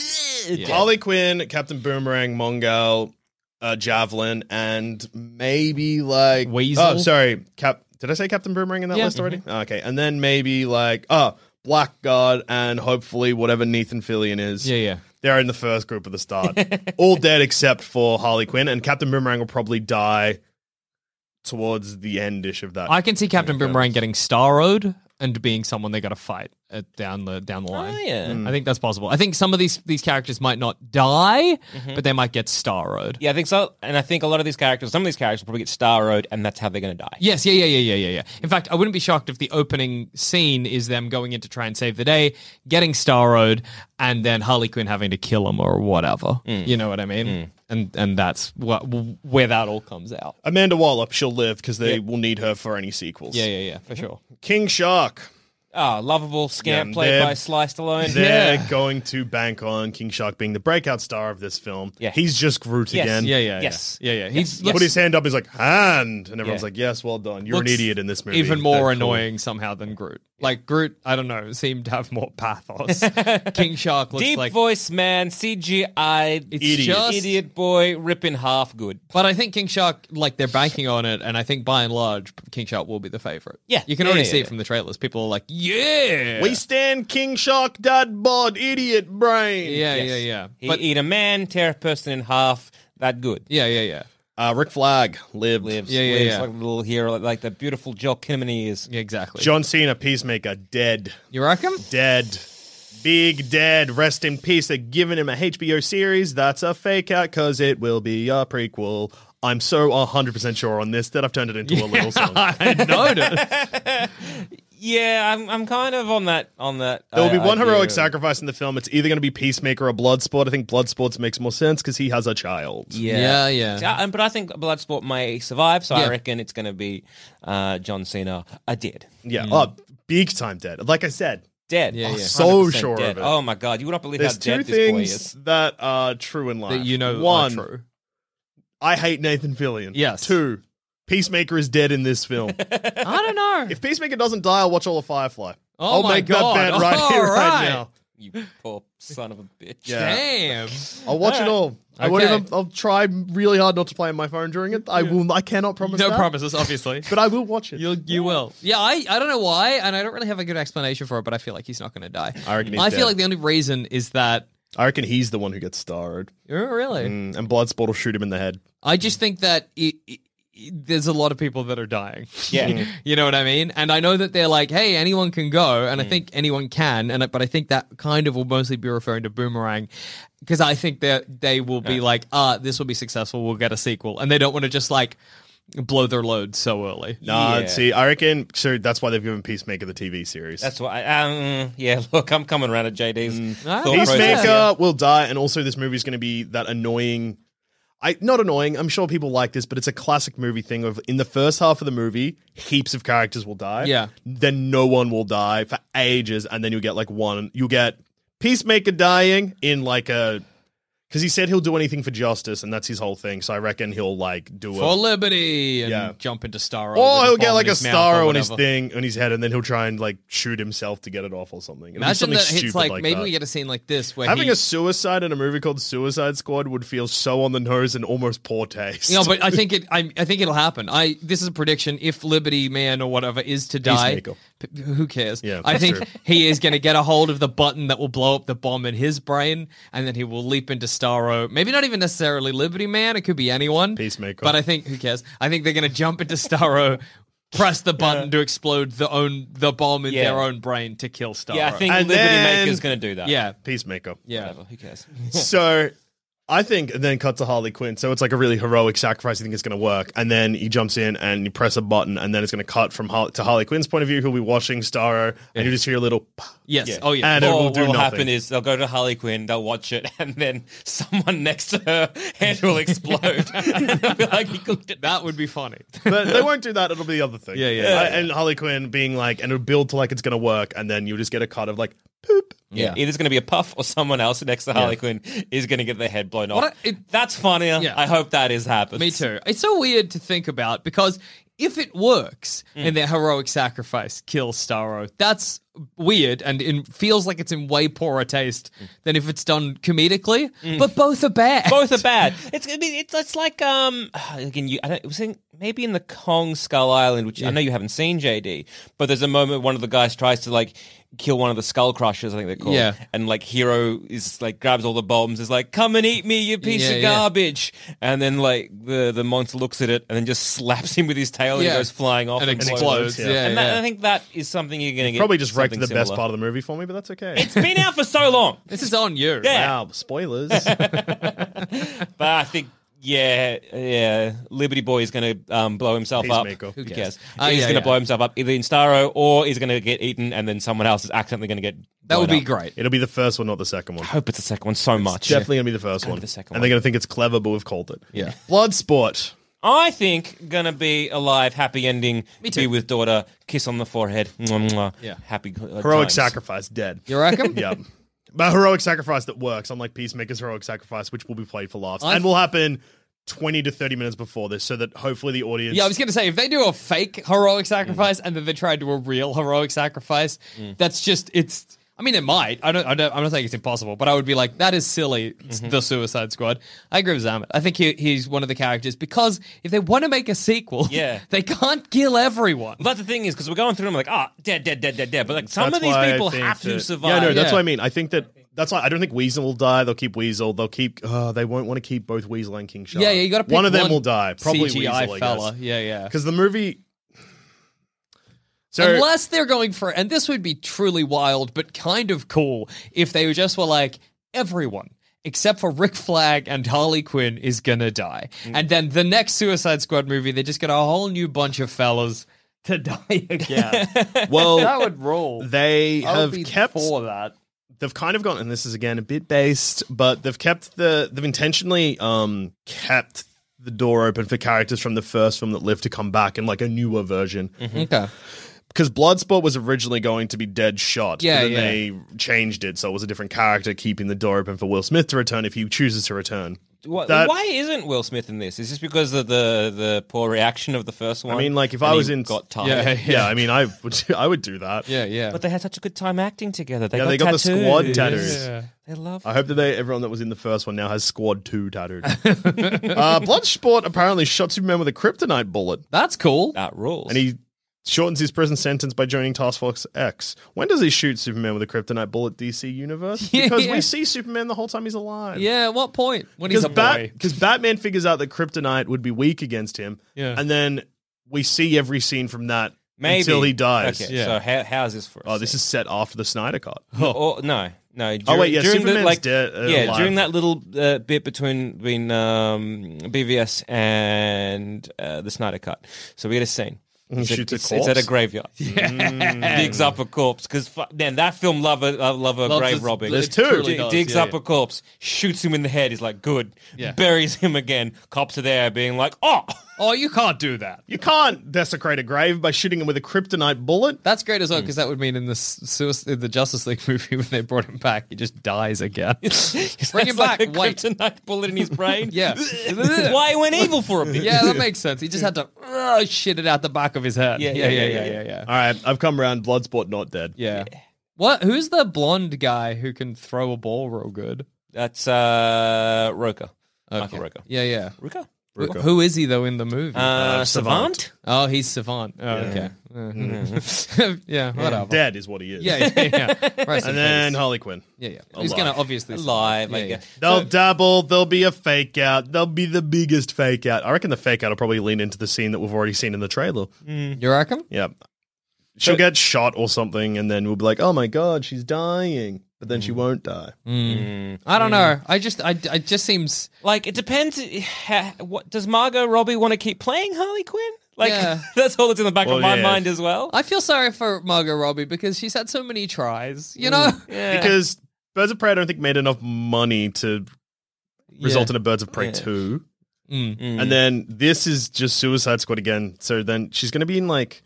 Yeah.
Harley Quinn, Captain Boomerang, Mongo, uh, Javelin, and maybe like
Weasel? Mm-hmm.
Oh, sorry, Cap. Did I say Captain Boomerang in that list already? Okay, and then maybe like oh Blackguard and hopefully whatever Nathan Fillion is.
Yeah, yeah.
They're in the first group at the start, all dead except for Harley Quinn, and Captain Boomerang will probably die towards the endish of that.
I can see Captain Boomerang getting starrowed and being someone they got to fight at, down the down the line.
Oh, yeah.
Mm.
I think that's possible. I think some of these these characters might not die,
Mm-hmm.
but they might get starrowed.
Yeah, I think so. And I think a lot of these characters, some of these characters will probably get Star Road, and that's how they're going to die.
Yes, yeah, yeah, yeah, yeah, yeah, yeah. In fact, I wouldn't be shocked if the opening scene is them going in to try and save the day, getting starrowed, and then Harley Quinn having to kill him or whatever.
Mm.
You know what I mean? And and that's what where that all comes out.
Amanda Wallop, she'll live because they will need her for any sequels.
Yeah, yeah, yeah, for sure.
Mm.
King Shark.
Ah, lovable scamp
Yeah,
played
they're-
by Sliced Alone.
They're going to bank on King Shark being the breakout star of this film.
Yeah.
He's just Groot
Yes.
again.
Yeah, yeah,
Yes.
yeah, yeah, yeah. He's
Put his hand up. He's like, hand. And everyone's
Yeah.
like, yes, well done. You're
looks
an idiot in this movie.
Even more
That's cool.
annoying somehow than Groot. Like Groot, I don't know, seemed to have more pathos. King Shark looks
Deep
like
voice man, CGI,
It's just-
idiot boy, ripping half good.
But I think King Shark, like they're banking on it, and I think by and large, King Shark will be the favorite.
Yeah.
you can
Yeah,
already
yeah,
see
yeah.
it from the trailers. People are like, "Yeah,
We stand King Shark, dad bod, idiot brain.
yeah, yeah,
Yes.
yeah."
He
But
eat a man, tear a person in half. That good.
yeah, yeah, yeah,
Uh, Rick Flag lived.
Lives,
Yeah, yeah,
lives
yeah.
like a little hero, like, like the beautiful Joel Kinnaman he is.
yeah, exactly.
John Cena, Peacemaker, dead.
you reckon?
Dead. Big dead. Rest in peace. They're giving him a HBO series. That's a fake out because it will be a prequel. I'm so 100% sure on this that I've turned it into a little song.
I know it.
Yeah, I'm, I'm kind of on that. On that,
There will be
I-
one
idea
heroic
of-
sacrifice in the film. It's either going to be Peacemaker or Bloodsport. I think Bloodsport makes more sense because he has a child.
Yeah,
Yeah, yeah.
See, I- um, but I think Bloodsport may survive, so I
Yeah.
reckon it's going to be uh, John Cena. I did.
mm.
Yeah, oh, big time dead. Like I said,
Dead.
Yeah,
I'm
yeah.
So
100%
sure of
dead.
it.
Oh my god, you would not believe
there's
how dead
two
this boy
things
is.
that are true in life.
That you know,
one,
Are true.
I hate Nathan Fillion.
Yes.
Two, Peacemaker is dead in this film.
I don't know.
if Peacemaker doesn't die, I'll watch all of Firefly.
Oh
I'll
my
make
God.
that bet right
All
here,
right.
right now.
You poor son of a bitch.
Yeah.
Damn.
I'll watch it all. I won't
Okay.
even. I'll try really hard not to play on my phone during it. I will. I cannot promise.
No
that,
promises, obviously.
But I will watch it.
You'll, you will. Yeah, I, I don't know why, and I don't really have a good explanation for it, but I feel like he's not going to die.
I reckon he's
I feel
dead.
like the only reason is that.
I reckon he's the one who gets starred,
Oh, really?
Mm, and Bloodsport will shoot him in the head.
I just think that it, it, it- there's a lot of people that are dying.
Yeah.
you know what I mean? And I know that they're like, hey, anyone can go,
Mm.
and I think anyone can, and I- but I think that kind of will mostly be referring to Boomerang. Because I think that they will be like, ah, this will be successful. We'll get a sequel, and they don't want to just like blow their load so early.
Nah,
Yeah.
see, I reckon. So that's why they've given Peacemaker the TV series.
That's why. Um, yeah, look, I'm coming around at JD's.
Mm.
thought
don't know.
process.
Peacemaker
Yeah.
will die, and also this movie's going to be that annoying. I not annoying. I'm sure people like this, but it's a classic movie thing of in the first half of the movie, heaps of characters will die.
Yeah.
then no one will die for ages, and then you get like one. You get Peacemaker dying in like a because he said he'll do anything for justice, and that's his whole thing. So I reckon he'll like do
For
a
liberty, and
Yeah.
jump into Starro. with
Or he'll get
bomb
like
in
a
his mouth or
star on his
whatever.
thing on his head, and then he'll try and like shoot himself to get it off or something. It'll be
Imagine
something
that it's
stupid
like, maybe
that.
we get a scene like this where
having
he,
a suicide in a movie called Suicide Squad would feel so on the nose and almost poor taste.
No, but I think it. I, I think it'll happen. I this is a prediction. If Liberty Man or whatever is to die,
Peacemaker.
p- who cares?
Yeah,
I
that's
think
true.
he is going to get a hold of the button that will blow up the bomb in his brain, and then he will leap into Starro. Maybe not even necessarily Liberty Man. It could be anyone.
Peacemaker.
But I think who cares? I think they're going to jump into Starro. Press the button to explode the own the bomb in
Yeah.
their own brain to kill Starro.
Yeah, I think
And
Liberty
then-
Maker's going to do that.
Yeah,
Peacemaker.
yeah.
Whatever, Who cares?
So I think and then cut to Harley Quinn. So it's like a really heroic sacrifice. You think it's going to work, and then he jumps in and you press a button, and then it's going to cut from Har- to Harley Quinn's point of view. Who'll be watching Starro, and you just hear a little. "Pah."
Yes.
Yeah.
Oh yeah.
And it
or
will do
what'll
nothing.
happen is they'll go to Harley Quinn, they'll watch it, and then someone next to her head will explode. and they'll be like, he cooked it.
that would be funny.
But they won't do that. It'll be the other thing.
Yeah, yeah, yeah.
Uh, And Harley Quinn being like, and it'll build to like it's going to work, and then you'll just get a cut of like, poop.
Yeah. Either it's going to be a puff or someone else next to Harley Quinn is going to get their head blown off.
What I- it-
That's funnier.
Yeah.
I hope that is happens.
Me too. It's so weird to think
Mm.
about because if it works and their heroic sacrifice kills Starro, that's weird and in, feels like it's in way poorer taste than if it's done comedically. But both are bad.
Mm. Both are bad. It's I mean, it's, it's like um again you I don't, it was in, maybe in the Kong Skull Island, which I know you haven't seen JD, but there's a moment one of the guys tries to like kill one of the Skull Crushers, I think they're called,
Yeah.
and like Hero is like grabs all the bombs, is like come and eat me, you piece
Yeah,
of
yeah.
garbage, and then like the the monster looks at it and then just slaps him with his tail and
Yeah.
he goes flying off
And
and,
explodes. Yeah,
and that,
yeah.
I think that is something you're going to get.
Probably just wrecked
something
the best
similar.
part of the movie for me, but that's okay.
It's been out for so long.
This is on you.
Yeah.
wow, spoilers.
But I think, yeah, yeah, Liberty Boy is going to um, blow himself
Peacemaker.
up.
Who
cares?
Oh,
he's
yeah,
going to
yeah.
blow himself up either in Starro or he's going to get eaten, and then someone else is accidentally going to get.
That would
blown
be
up.
great.
It'll be the first one, not the second one.
I hope it's the second one so much.
Definitely gonna be the first one.
the second one.
and they're gonna think it's clever, but we've called it.
Yeah.
Bloodsport.
I think gonna be alive, happy ending. Me too. Be with daughter, kiss on the forehead. Mwah, mwah.
Yeah.
happy uh,
Heroic
times.
sacrifice, dead.
You reckon?
yep. But heroic sacrifice that works, unlike Peacemaker's heroic sacrifice, which will be played for laughs
I-
and will happen 20 to 30 minutes before this, so that hopefully the audience.
Yeah, I was going to say, if they do a fake heroic sacrifice and then they try to do a real heroic sacrifice, that's just, it's, I mean, it might. I don't, I don't, I'm not saying it's impossible, but I would be like, that is silly, It's the Suicide Squad. I agree with Zamet. I think he, he's one of the characters because if they want to make a sequel,
Yeah.
they can't kill everyone.
Well, that's the thing is because we're going through them like ah, dead, dead, dead, dead, dead. But like some
That's
of these
why I
people
think
have to
that-
survive.
Yeah, no, that's
Yeah.
what I mean. I think that that's why I don't think Weasel will die. They'll keep Weasel. They'll keep. Uh, they won't want to keep both Weasel and King Shark.
Yeah, yeah, you got to
one of them will die. Probably
CGI
Weasel,
fella.
I guess.
Yeah, yeah.
Because the movie. So
Unless they're going for, and this would be truly wild, but kind of cool if they just were like, everyone except for Rick Flag and Harley Quinn is gonna die.
Mm.
And then the next Suicide Squad movie, they just get a whole new bunch of fellas to die again.
well,
that would roll.
they
I would
have
be
kept
for that.
they've kind of gone, and this is again a bit based, but they've kept the they've intentionally um kept the door open for characters from the first film that lived to come back in like a newer version
Okay.
because Bloodsport was originally going to be Dead Shot.
Yeah,
but then
yeah.
they changed it, so it was a different character, keeping the door open for Will Smith to return if he chooses to return.
Why,
That-
why isn't Will Smith in this? Is this because of the the poor reaction of the first one?
I mean, like if
And
I
he
was in,
got tired.
Yeah,
yeah, I mean, I would, I would do that.
Yeah, yeah.
But they had such a good time acting together. They
Yeah,
got
they got the squad
tattoos.
tattoos.
They love.
I hope that they, everyone that was in the first one now has Squad Two tattooed. uh, Bloodsport apparently shot Superman with a kryptonite bullet,
That's cool.
that rules.
and he shortens his prison sentence by joining Task Force X. When does he shoot Superman with a kryptonite bullet? DC Universe,
Yeah,
because
yeah.
we see Superman the whole time he's alive.
Yeah, at what point? When he's
because
a
Bat-
boy.
because Batman figures out that Kryptonite would be weak against him,
Yeah.
and then we see every scene from that
Maybe.
until he dies.
Okay,
Yeah.
so how, how's this for us?
Oh, this is set after the Snyder Cut.
Oh.
Or, no, no. During,
Oh, wait, yeah,
during the,
Superman's
like,
dead, uh,
yeah,
alive.
during that little uh, bit between between um, BVS and uh, the Snyder Cut. So we get a scene. It's, at-
shoots a
it's, it's at a
corpse.
graveyard. digs up a corpse because man, that film love a uh, love a
Loves
grave
us-
robbing.
it truly
Dig-
does,
digs
yeah,
up
yeah.
a corpse, shoots him in the head. He's like, good.
Yeah.
Buries him again. Cops are there, being like, oh,
oh, you can't do that.
You can't desecrate a grave by shooting him with a kryptonite bullet.
That's great as well
Hmm.
because that would mean in the suicide, in the Justice League movie when they brought him back, he just dies again. Bring him
It's like
back.
a
wait.
kryptonite bullet in his brain.
Yeah.
That's why he went evil for a bit.
Yeah, that makes sense. He just had to uh, shit it out the back of his head.
Yeah, yeah, yeah, yeah,
yeah.
All right, I've come around. Bloodsport not dead.
Yeah. What? Who's the blonde guy who can throw a ball real good?
That's uh, Roker. Michael Roker.
Yeah, yeah.
Roker?
Wh- Who is he though in the movie?
Uh,
Savant.
Savant?
oh, he's Savant. Oh, okay.
Mm-hmm.
Uh, yeah, whatever.
Dead is what he is.
Yeah, yeah, yeah. Rest in
And then
peace.
Harley Quinn.
yeah, yeah. He's
alive.
gonna obviously
Alive.
Yeah,
like,
yeah.
They'll double. There'll be a fake out. There'll be the biggest fake out. I reckon the fake out will probably lean into the scene that we've already seen in the trailer.
You reckon?
Yeah. She'll get shot or something, and then we'll be like, oh my God, she's dying. But then she won't die.
I don't know. I just, I, I just seems.
Like, it depends. ha- What Does Margot Robbie want to keep playing Harley Quinn? Like,
Yeah.
that's all that's in the back
Well,
of my
yeah.
mind as well.
I feel sorry for Margot Robbie because she's had so many tries. You know,
yeah.
Because Birds of Prey, I don't think, made enough money to result in a Birds of Prey 2.
Mm.
And then this is just Suicide Squad again. So then she's going to be in like.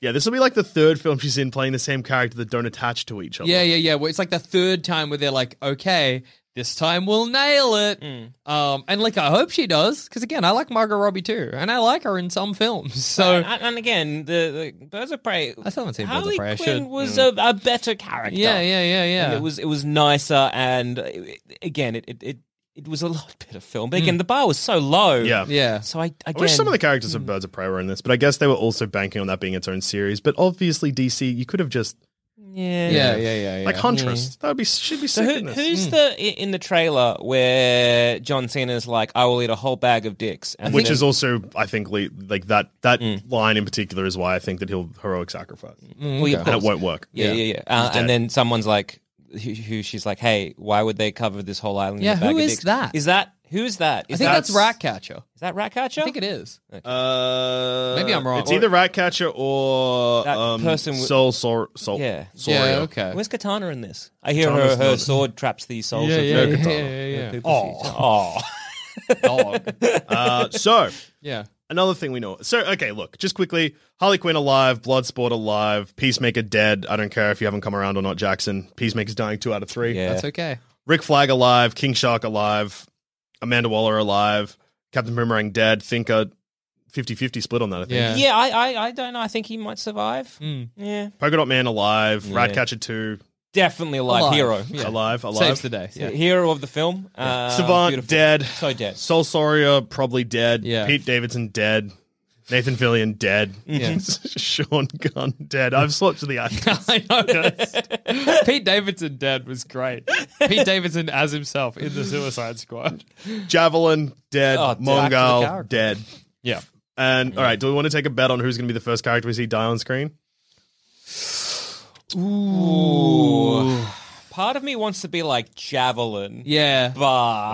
Yeah, this will be like the third film she's in playing the same character that don't attach to each other.
Yeah, yeah, yeah. Well, it's like the third time where they're like, okay, this time we'll nail it. Um, and like I hope she does, because again, I like Margot Robbie too, and I like her in some films. So
and, and again, the, the Birds of Prey.
I still haven't seen Birds of
Harley
Prey, I
Quinn
should.
was a, a better character.
yeah, yeah, yeah, yeah.
And it was it was nicer, and it, it- again, it, it it it was a lot better film. But
Hmm.
again, the bar was so low.
Yeah.
yeah.
So I again,
I wish some of the characters of Birds of Prey were in this, but I guess they were also banking on that being its own series. But obviously, DC, you could have just
yeah.
yeah, yeah, yeah, yeah.
like Huntress. That would be should be
So
sick in
who,
this.
who's the i- in the trailer where John Cena's like, "I will eat a whole bag of dicks," and
Which
then-
is also, I think, le- like that that line in particular is why I think that he'll heroic sacrifice,
well, yeah, Mm. of
and it
course.
won't work.
Yeah, yeah, yeah. Uh, and then someone's like, who, who? She's like, "Hey, why would they cover this whole island?"
Yeah,
with a bag
who
of
is
dicks?
that?
Is that who is that?
I
Is
think
that,
that's Ratcatcher.
is that Ratcatcher?
I think it is.
Uh,
Maybe I'm wrong.
It's
Or-
either Ratcatcher or
That
um,
person with-
Sol Sol Sol.
Yeah.
Soria.
Yeah, okay.
Where's Katana in this? I hear
Katana's
her, her
not-
sword traps these souls.
yeah,
of
yeah,
no
yeah,
Katana.
yeah, yeah, yeah.
Oh,
Dog.
Uh, so
yeah.
another thing we know. So okay, look, just quickly: Harley Quinn alive, Bloodsport alive, Peacemaker dead. I don't care if you haven't come around or not, Jackson. Peacemaker's dying two out of three.
yeah.
That's okay.
Rick Flag alive, King Shark alive, Amanda Waller alive, Captain Boomerang dead, Thinker 50-50 split on that, I think.
Yeah.
yeah, I, I, I don't know. I think he might survive.
Mm.
Yeah,
Polka Dot Man alive,
Yeah.
Ratcatcher 2
definitely a live
Alive.
hero.
Yeah.
alive, alive.
Saves the day. Yeah.
Hero of the film. Uh,
Savant
beautiful.
dead.
So dead.
Sol Soria probably dead.
Yeah.
Pete Davidson dead. Nathan Fillion dead.
Yeah.
Sean Gunn dead. I've swapped to the actors.
I noticed. Pete Davidson dead was great. Pete Davidson as himself in the Suicide Squad.
Javelin dead.
Oh, back to the
Mongal
character.
dead.
Yeah.
And all right, do we want to take a bet on who's going to be the first character we see die on screen?
Part of me wants to be like Javelin.
Yeah.
But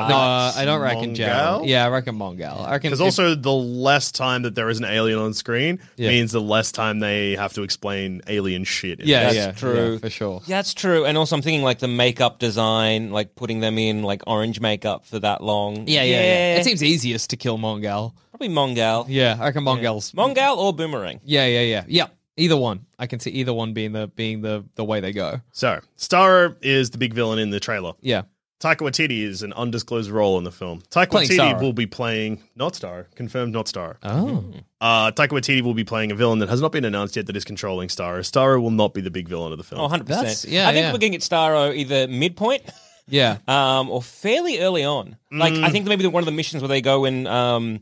no, I don't reckon Jared.
Mongal?
Yeah, I reckon Mongal. I reckon
Because
if-
also the less time that there is an alien on screen
Yeah.
means the less time they have to explain alien shit. in
yeah,
that's
yeah,
true.
yeah, for sure.
Yeah, That's true. And also, I'm thinking like the makeup design, like putting them in like orange makeup for that long.
Yeah, yeah, yeah. It seems easiest to kill Mongal.
Probably Mongal.
Yeah, I reckon Mongal's.
Mongal or Boomerang.
Yeah, yeah, yeah, yeah. Either one, I can see either one being the being the the way they go.
So Starro is the big villain in the trailer.
Yeah,
Taika Waititi is an undisclosed role in the film. Taika
Playing
Waititi
Starro.
will be playing not Starro, confirmed not Starro.
Oh,
Uh, Taika Waititi will be playing a villain that has not been announced yet that is controlling Starro. Starro will not be the big villain of the film.
Oh, 100%.
That's- yeah,
I think
yeah.
we're going to get Starro either midpoint
yeah,
um, or fairly early on. Like,
Mm.
I think maybe the, one of the missions where they go in. Um,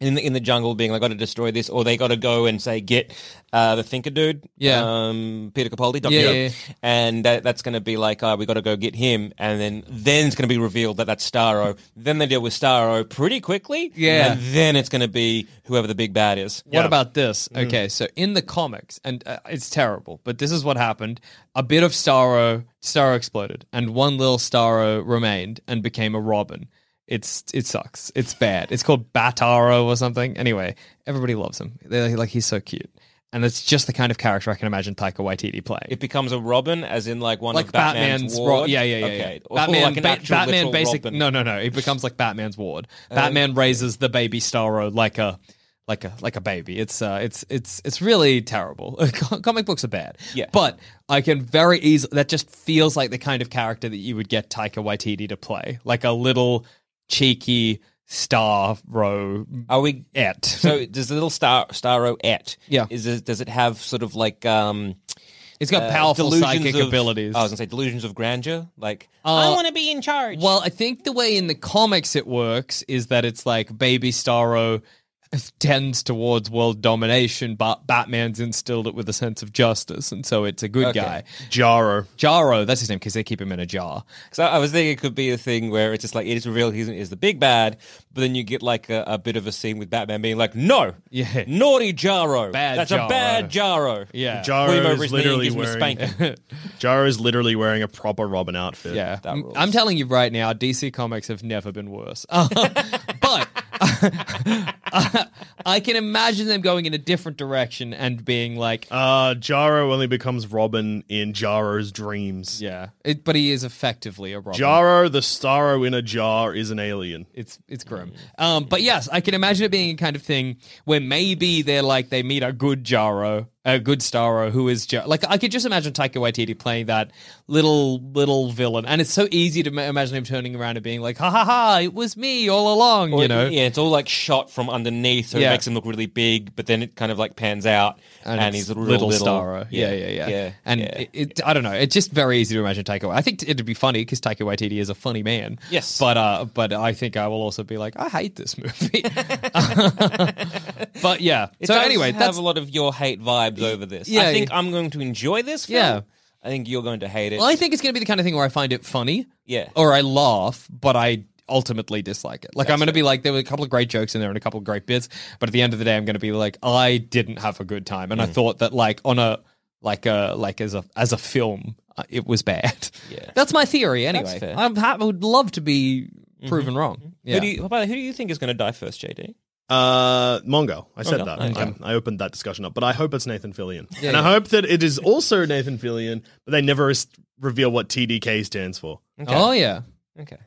in the, in the jungle, being like, got to destroy this, or they got to go and say, get uh, the thinker dude,
Yeah.
um, Peter Capaldi, Dr.
Yeah,
Who.
yeah, yeah.
and that, that's going to be like, uh, we got to go get him, and then then it's going to be revealed that that's Starro. then they deal with Starro pretty quickly,
Yeah.
and then it's going to be whoever the big bad is.
What about this? Okay, so in the comics, and uh, it's terrible, but this is what happened: a bit of Starro, Starro exploded, and one little Starro remained and became a Robin. It's it sucks. It's bad. It's called Bataro or something. Anyway, everybody loves him. They're like he's so cute, and it's just the kind of character I can imagine Taika Waititi playing.
It becomes a Robin, as in like one
like
of Batman's,
Batman's,
ward.
ro- yeah, yeah, yeah.
Okay.
yeah.
Or
Batman,
like an
Ba-
actual
Batman,
literal Oh,
basic.
Robin.
No, no, no. It becomes like Batman's ward. Batman raises the baby Starro like a, like a, like a baby. It's, uh, it's, it's, it's really terrible. Com- Comic books are bad.
Yeah.
but I can very easily. That just feels like the kind of character that you would get Taika Waititi to play, like a little cheeky Starro
Are we?
et.
Uh, So does the little star Starro et?
Yeah.
Is it, does it have sort of like um
it's got
uh,
powerful
delusions
psychic
of- Oh,
abilities.
I was gonna say delusions of grandeur. Like
Uh,
I want to be in charge.
Well, I think the way in the comics it works is that it's like Baby Starro tends towards world domination, but Batman's instilled it with a sense of justice, and so it's a good
Okay.
guy.
Jaro.
Jaro, that's his name because they keep him in a jar.
So I was thinking it could be a thing where it's just like it is revealed he is the big bad, but then you get like a, a bit of a scene with Batman being like, "No,
Yeah.
naughty Jaro,
Bad
that's
Jaro."
a bad Jaro."
Yeah.
Pull him over
Jaro is
his knee and
literally
gives him a
wearing.
spanking.
Jaro is literally wearing a proper Robin outfit.
Yeah.
That
I'm-
rules.
I'm telling you right now, DC Comics have never been worse. Um, but I can imagine them going in a different direction and being like,
Uh, Jaro only becomes Robin in Jaro's dreams.
yeah, it, but he is effectively a Robin.
Jaro, the Starro in a jar, is an alien.
it's it's grim.
Mm.
Um, but yes, I can imagine it being a kind of thing where maybe they're like they meet a good Jaro a good Starro who is just like I could just imagine Taika Waititi playing that little little villain, and it's so easy to ma- imagine him turning around and being like, "Ha ha ha! It was me all along,"
Or-
you know.
yeah, it's all like shot from underneath, so
Yeah.
it makes him look really big, but then it kind of like pans out, and,
it's
he's a little, little
Starro. Yeah, yeah, yeah.
yeah
and
yeah.
It, it, I don't know. It's just very easy to imagine Taika. Wai- I think it'd be funny because Taika Waititi is a funny man.
Yes.
but uh, but I think I will also be like, I hate this movie. but yeah.
It
so
does
anyway,
have
that's
a lot of your hate vibes over this.
Yeah,
I think
yeah.
I'm going to enjoy this. Film.
Yeah.
I think you're going to hate it.
Well, I think it's going to be the kind of thing where I find it funny.
Yeah.
Or I laugh, but I ultimately dislike it. Like, I'm going to be like, there were a couple of great jokes in there and a couple of great bits, but at the end of the day, I'm going to be like, I didn't have a good time.
Hmm.
And I thought that, like, on a, like a, like as a, as a film, uh, it was bad.
Yeah.
That's my theory
That's
anyway.
fair. Mm-hmm.
I'm ha- I would love to be proven wrong. Yeah.
Who do you, by the way, who do you think is going to die first, JD?
Uh, Mongo. I said
Mongo,
that.
okay.
I'm- I opened that discussion up, but I hope it's Nathan Fillion, and I hope that it is also Nathan Fillion, but they never s- reveal what TDK stands for.
Oh, yeah.
Okay.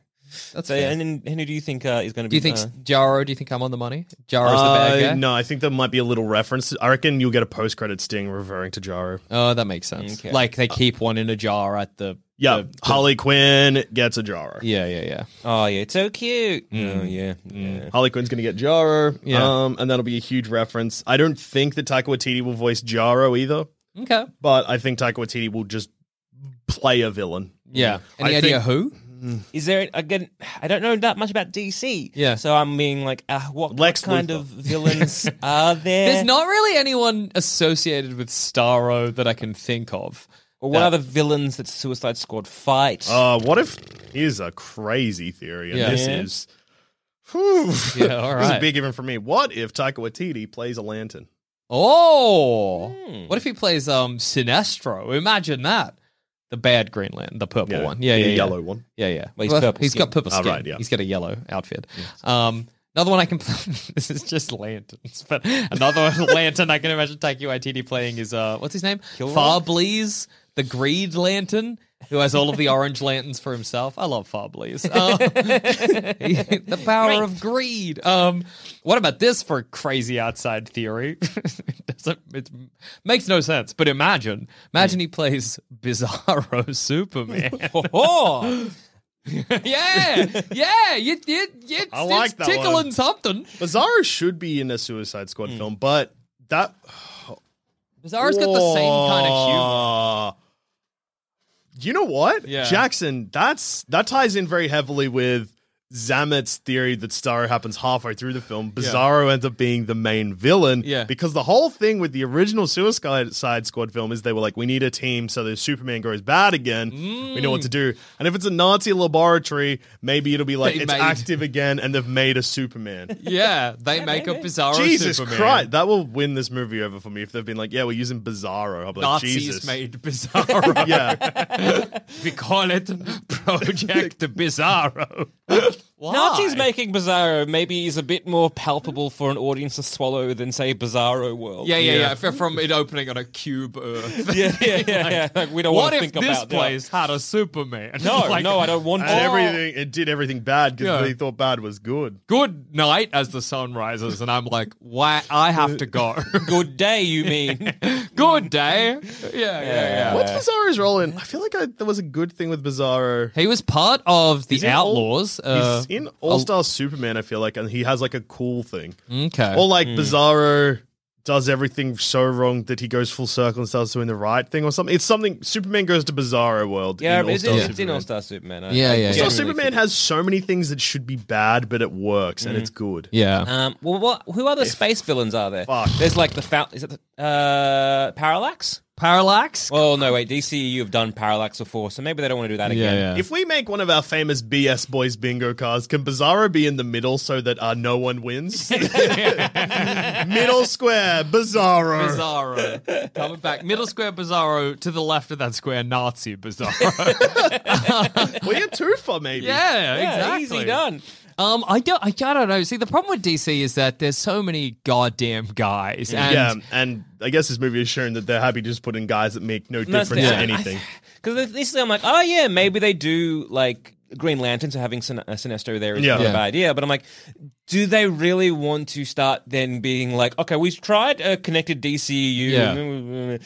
That's
So,
fair.
and then and who do you think uh, is going to
do
be?
you think
uh,
Jaro? Do you think I'm on the money? Jaro's the bad
Uh,
guy.
No, I think there might be a little reference. I reckon you'll get a post-credit sting referring to Jaro.
Oh, that makes sense.
Okay.
Like they keep one in a jar at the.
Yeah,
the- the-
Harley Quinn gets a Jaro.
yeah, yeah, yeah.
oh yeah, it's so cute.
Mm.
Oh yeah, yeah.
Harley Quinn's going to get Jaro,
Yeah.
um, and that'll be a huge reference. I don't think that Taika Waititi will voice Jaro either,
Okay.
but I think Taika Waititi will just play a villain.
Yeah. Any
I
idea
think-
who?
Is there again? I don't know that much about DC.
Yeah.
So I'm being like, uh, what,
Lex
what kind
Luthor.
of villains are there?
There's not really anyone associated with Starro that I can think of.
Or what other villains that Suicide Squad fight?
Uh, what if? Here's a crazy theory, and
Yeah.
this
Yeah.
is. Whew,
Yeah, all
This is a
right.
big even for me. What if Taika Waititi plays a lantern?
Oh, what if he plays um Sinestro? Imagine that. The bad Green Lantern, the purple one. Yeah, yeah,
the
yeah.
yellow one.
Yeah, yeah.
Well, he's purple
he's
skin.
got purple
Oh,
skin.
right, yeah.
He's got a yellow outfit. Um, another one I can. this is just lanterns, but another lantern I can imagine Taika Waititi playing is uh, what's his name? Farbleeze, the greed lantern, who has all of the orange lanterns for himself. I love Farbleeze. Um, the power of greed. Um, what about this for crazy outside theory? it doesn't. It makes no sense. But imagine, imagine
Hmm.
he plays Bizarro Superman.
oh,
Yeah, yeah, you, you, you,
I
it's
like that
tickling
one.
something.
Bizarro should be in a Suicide Squad
Hmm.
film, but that
Bizarro's got the same kind of humor.
of humor. You know what,
Yeah.
Jackson? That's that ties in very heavily with Zamet's theory that Starro happens halfway through the film. Bizarro ends up being the main villain,
Yeah.
Because the whole thing with the original Suicide Side Squad film is they were like, we need a team so that if Superman goes bad again, we
Mm.
know what to do. And if it's a Nazi laboratory, maybe it'll be like
They
it's
made-
active again, and they've made a Superman.
Yeah, they make a Bizarro
Jesus
Superman.
Christ, that will win this movie over for me if they've been like, yeah, we're using Bizarro. I'll be like,
Nazis
Jesus.
made Bizarro.
yeah.
we call it Project Bizarro. Why?
Nazis making Bizarro maybe is a bit more palpable for an audience to swallow than say Bizarro World.
Yeah, yeah, yeah. If- From it opening on a cube Earth.
yeah, yeah, yeah. yeah. Like, we don't
What
want to
if
think
this
about that.
place had a Superman?
No,
Like,
no, I don't want
And
to.
everything it did everything bad because
Yeah.
they thought bad was good.
Good night as the sun rises, and I'm like, why? I have to go.
Good day, you mean?
Good day. Yeah, yeah, yeah.
What's Bizarro's role in? I feel like I, there was a good thing with Bizarro.
He was part of the
He's in all-
Outlaws. uh,
He's in All Star Superman, I feel like, and he has like a cool thing.
okay.
Or like Bizarro does everything so wrong that he goes full circle and starts doing the right thing or something. It's something Superman goes to Bizarro World.
Yeah,
in
it's,
All-Star
it's in
Superman.
All Star Superman. I-
Yeah,
I
yeah,
genuinely
yeah.
So
really
Superman
think-
has so many things that should be bad, but it works and it's good.
yeah.
Um, well, what? Who other space villains are there?
Fuck.
There's like the Fal- is it the, uh, Parallax?
Parallax?
Well, no, wait. DCU have done Parallax before, so maybe they don't want to do that again.
If we make one of our famous BS Boys bingo cards, can Bizarro be in the middle so that uh, no one wins? middle square, Bizarro.
Bizarro. Coming back. Middle square Bizarro. To the left of that square, Nazi Bizarro.
We have two for maybe.
yeah,
Yeah,
exactly.
easy done.
Um, I don't, I, I don't know. See, the problem with DC is that there's so many goddamn guys. And
yeah, and I guess this movie has shown that they're happy to just put in guys that make no difference
the-
to
I-
anything.
Because this thing, I'm like, oh yeah, maybe they do like Green Lantern, so having Sin- uh, Sinestro there is
Yeah.
not a
Yeah.
bad idea. But I'm like, do they really want to start then being like, okay, we've tried a connected DCU.
Yeah.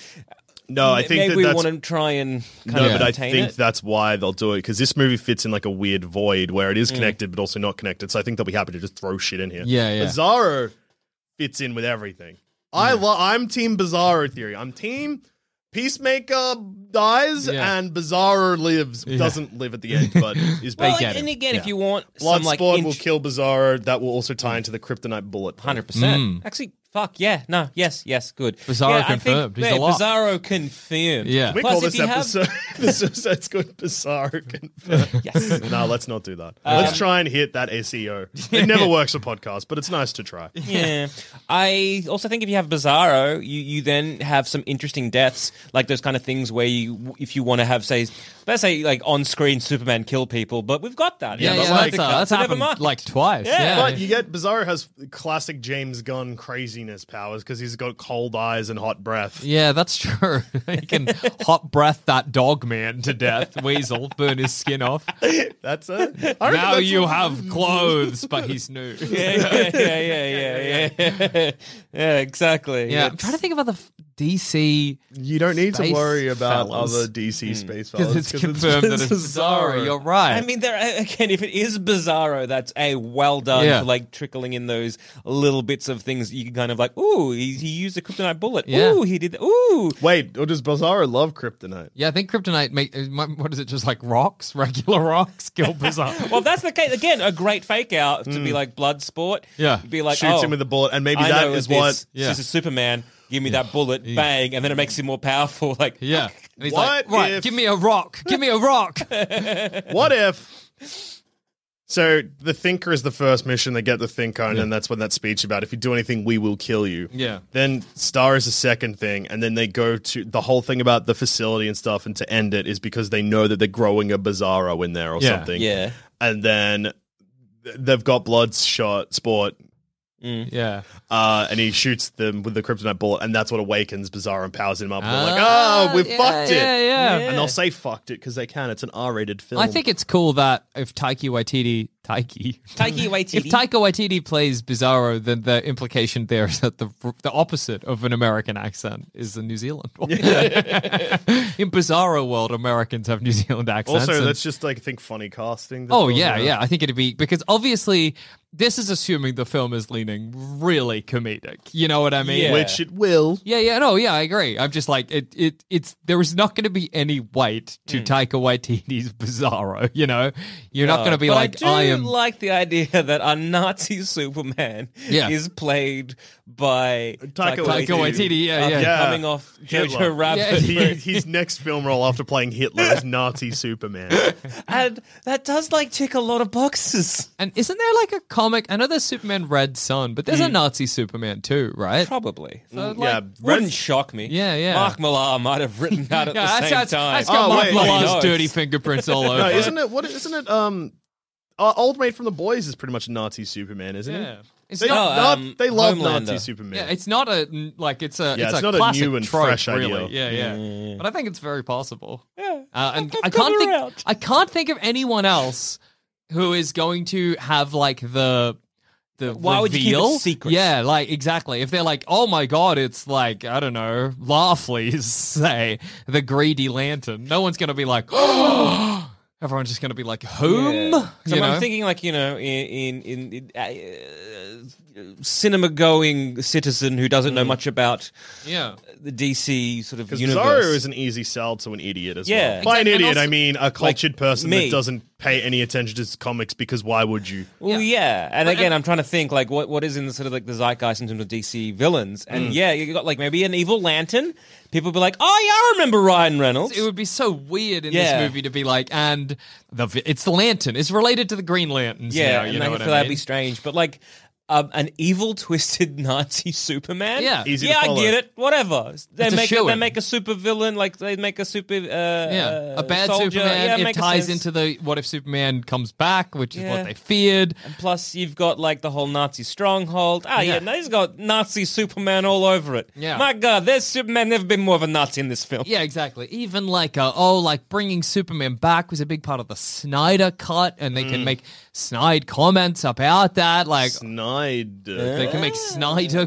No, I think
mm, maybe
that
we
that's
want to try and kind
no,
of
but I
contain
think
it.
that's why they'll do it because this movie fits in like a weird void where
Mm.
it is connected but also not connected. So I think they'll be happy to just throw shit in here.
Yeah, yeah.
Bizarro fits in with everything. I lo- I'm team Bizarro theory. I'm team Peacemaker dies
Yeah.
and Bizarro lives.
Yeah.
Doesn't live at the end, but is
Well,
big.
get
and,
it.
and again, if
Yeah.
you want some like
Bloodsport will
int-
kill Bizarro. That will also tie into the kryptonite bullet. point.
Hundred percent. Actually, fuck yeah. No, yes, yes, good.
Mm. Bizarro
yeah, I
confirmed. He's
yeah,
alive.
Bizarro confirmed.
Yeah.
We
Plus,
call
if
this
you have-
episode the Suicide Squad Bizarro confirmed.
Yes.
no, let's not do that. let's try and hit that SEO. It never works for podcasts, but it's nice to try.
Yeah. I also think if you have Bizarro, you, you then have some interesting deaths, like those kind of things where you, if you want to have, say, let's say like on screen Superman kill people, but we've got that.
Yeah,
but
yeah,
like-
that's, uh, that's
so never
happened
mind.
like twice.
Yeah,
Yeah,
But you get Bizarro has classic James Gunn craziness powers because he's got cold eyes and hot breath.
Yeah, that's true. you can hot breath that dog man to death, weasel, burn his skin off.
That's it. I reckon
Now
that's
you
all-
have clothes, but he's new. Yeah,
yeah, yeah, yeah, yeah, yeah. yeah, exactly.
I'm
It's-
trying to think of other f- DC
You don't need
Space
to worry about
fellas.
other DC space fellas
because it's confirmed that it's Bizarro. You're right.
I mean, there again, if it is Bizarro, that's a well done
Yeah.
for like trickling in those little bits of things you can kind of like, ooh, he, he used a kryptonite bullet.
Yeah.
Ooh, he did. That. Ooh,
Wait, or does Bizarro love kryptonite?
yeah, I think kryptonite. Make, uh, my- what is it? Just like rocks, regular rocks, kill Bizarro.
well, if that's the case. Again, a great fake out to be like blood sport.
Mm. Yeah.
be like
Shoots
oh,
him with a bullet, and maybe
I
that
know
is
this.
what.
Yeah.
This is Superman. Give me that bullet, bang, and then it makes him more powerful. Like
yeah, and he's like,
What
right,
if-
give me a rock, give me a rock.
What if? So the Thinker is the first mission. They get the Thinker, and then that's when that speech about if you do anything, we will kill you.
Yeah.
Then Star is the second thing, and then they go to the whole thing about the facility and stuff. And to end it is because they know that they're growing a Bizarro in there or
Yeah.
something.
yeah,
And then th- they've got Bloodshot Sport,
yeah,
uh, and he shoots them with the kryptonite bullet, and that's what awakens Bizarro and powers him up. And they're like,
Ah,
oh, we've
yeah,
fucked it.
yeah, yeah.
And they'll say fucked it because they can. It's an R-rated film.
I think it's cool that if Taiki Waititi, Taiki,
Taiki
If
Waititi.
Taika Waititi plays Bizarro, then the implication there is that the the opposite of an American accent is the New Zealand one. In Bizarro world, Americans have New Zealand accents.
Also,
and-
that's just like I think funny casting.
oh yeah, yeah. I think it'd be because obviously this is assuming the film is leaning really comedic. You know what I mean?
Yeah.
Which it will.
Yeah, yeah, no, yeah, I agree. I'm just like it, it it's there is not going to be any weight
Hmm.
to Taika Waititi's Bizarro. You know, you're not going to be
Uh, But
like
I,
I,
do
am.
like the idea that a Nazi Superman
Yeah.
is played by
Taika
Taika Waititi, yeah,
after
yeah.
Yeah.
coming off
Hitler.
Jojo Rabbit.
Yeah.
He, his next film role after playing Hitler is Nazi Superman.
And that does like tick a lot of boxes.
And isn't there like a comic? I know there's Superman Red Sun, but there's a Nazi Superman too, right?
Probably.
So, like-
Mm. yeah,
Wouldn't shock me.
Yeah, yeah.
Mark Millar might have written that at
Yeah,
the
that's,
same
that's,
time.
that's got
Oh,
Mark
wait,
Millar's
wait.
dirty fingerprints all over.
No,
it.
isn't it? What isn't it? Um, uh, old mate from the boys is pretty much Nazi Superman, isn't
Yeah.
it?
It's
They,
not.
No,
not-
um,
they love
Homelander.
Nazi Superman.
Yeah, it's not a like it's a
Yeah,
it's,
it's
a
not a
classic
new and
trope,
fresh idea.
really. Yeah, yeah, But I think it's very possible.
Yeah.
Uh, and
I've
I
got
can't
it
think
around.
I can't think of anyone else who is going to have like the the
Why
reveal.
would you keep it secret?
Yeah, like exactly. If they're like, "Oh my god, it's like I don't know, Laughley's say the greedy lantern." No one's going to be like, "Oh." Everyone's just going to be like, "Whom?"
Yeah. 'Cause
You
I'm, I'm
know?
thinking like you know in in, in, in uh, cinema going citizen who doesn't know
Mm.
much about
yeah.
the DC sort of
Because
universe.
Bizarro is an easy sell to an idiot as
Yeah.
well. By an
Exactly, and
idiot, I
also-
mean a cultured person
me.
that doesn't pay any attention to comics because why would you?
Well,
Yeah.
yeah, and again, I'm trying to think like what what is in the sort of like the zeitgeist in terms of DC villains,
Mm.
and yeah, you got like maybe an evil lantern. People be like, oh yeah, I remember Ryan Reynolds.
It would be so weird in
Yeah.
this movie to be like, and the vi- it's the lantern. It's related to the Green Lanterns.
yeah,
now, you
and
know
I
what
feel
I mean?
that'd be strange, but like. um, an evil, twisted Nazi Superman.
Yeah.
Easy to
yeah, I
follow.
get it. Whatever. They
It's a
make a,
shoo-in.
they make a super villain, like they make a super uh,
Yeah,
uh,
a bad
soldier. Yeah,
Superman. it
makes
ties
sense.
into the what if Superman comes back, which is
Yeah.
what they feared.
And plus, you've got like the whole Nazi stronghold. Ah, yeah,
Yeah.
no, he's got Nazi Superman all over it.
Yeah.
My God, there's Superman never been more of a Nazi in this film.
Yeah, exactly. Even like uh, oh, like bringing Superman back was a big part of the Snyder cut, and they can make snide comments about that. Like
Snide.
they can make Snyder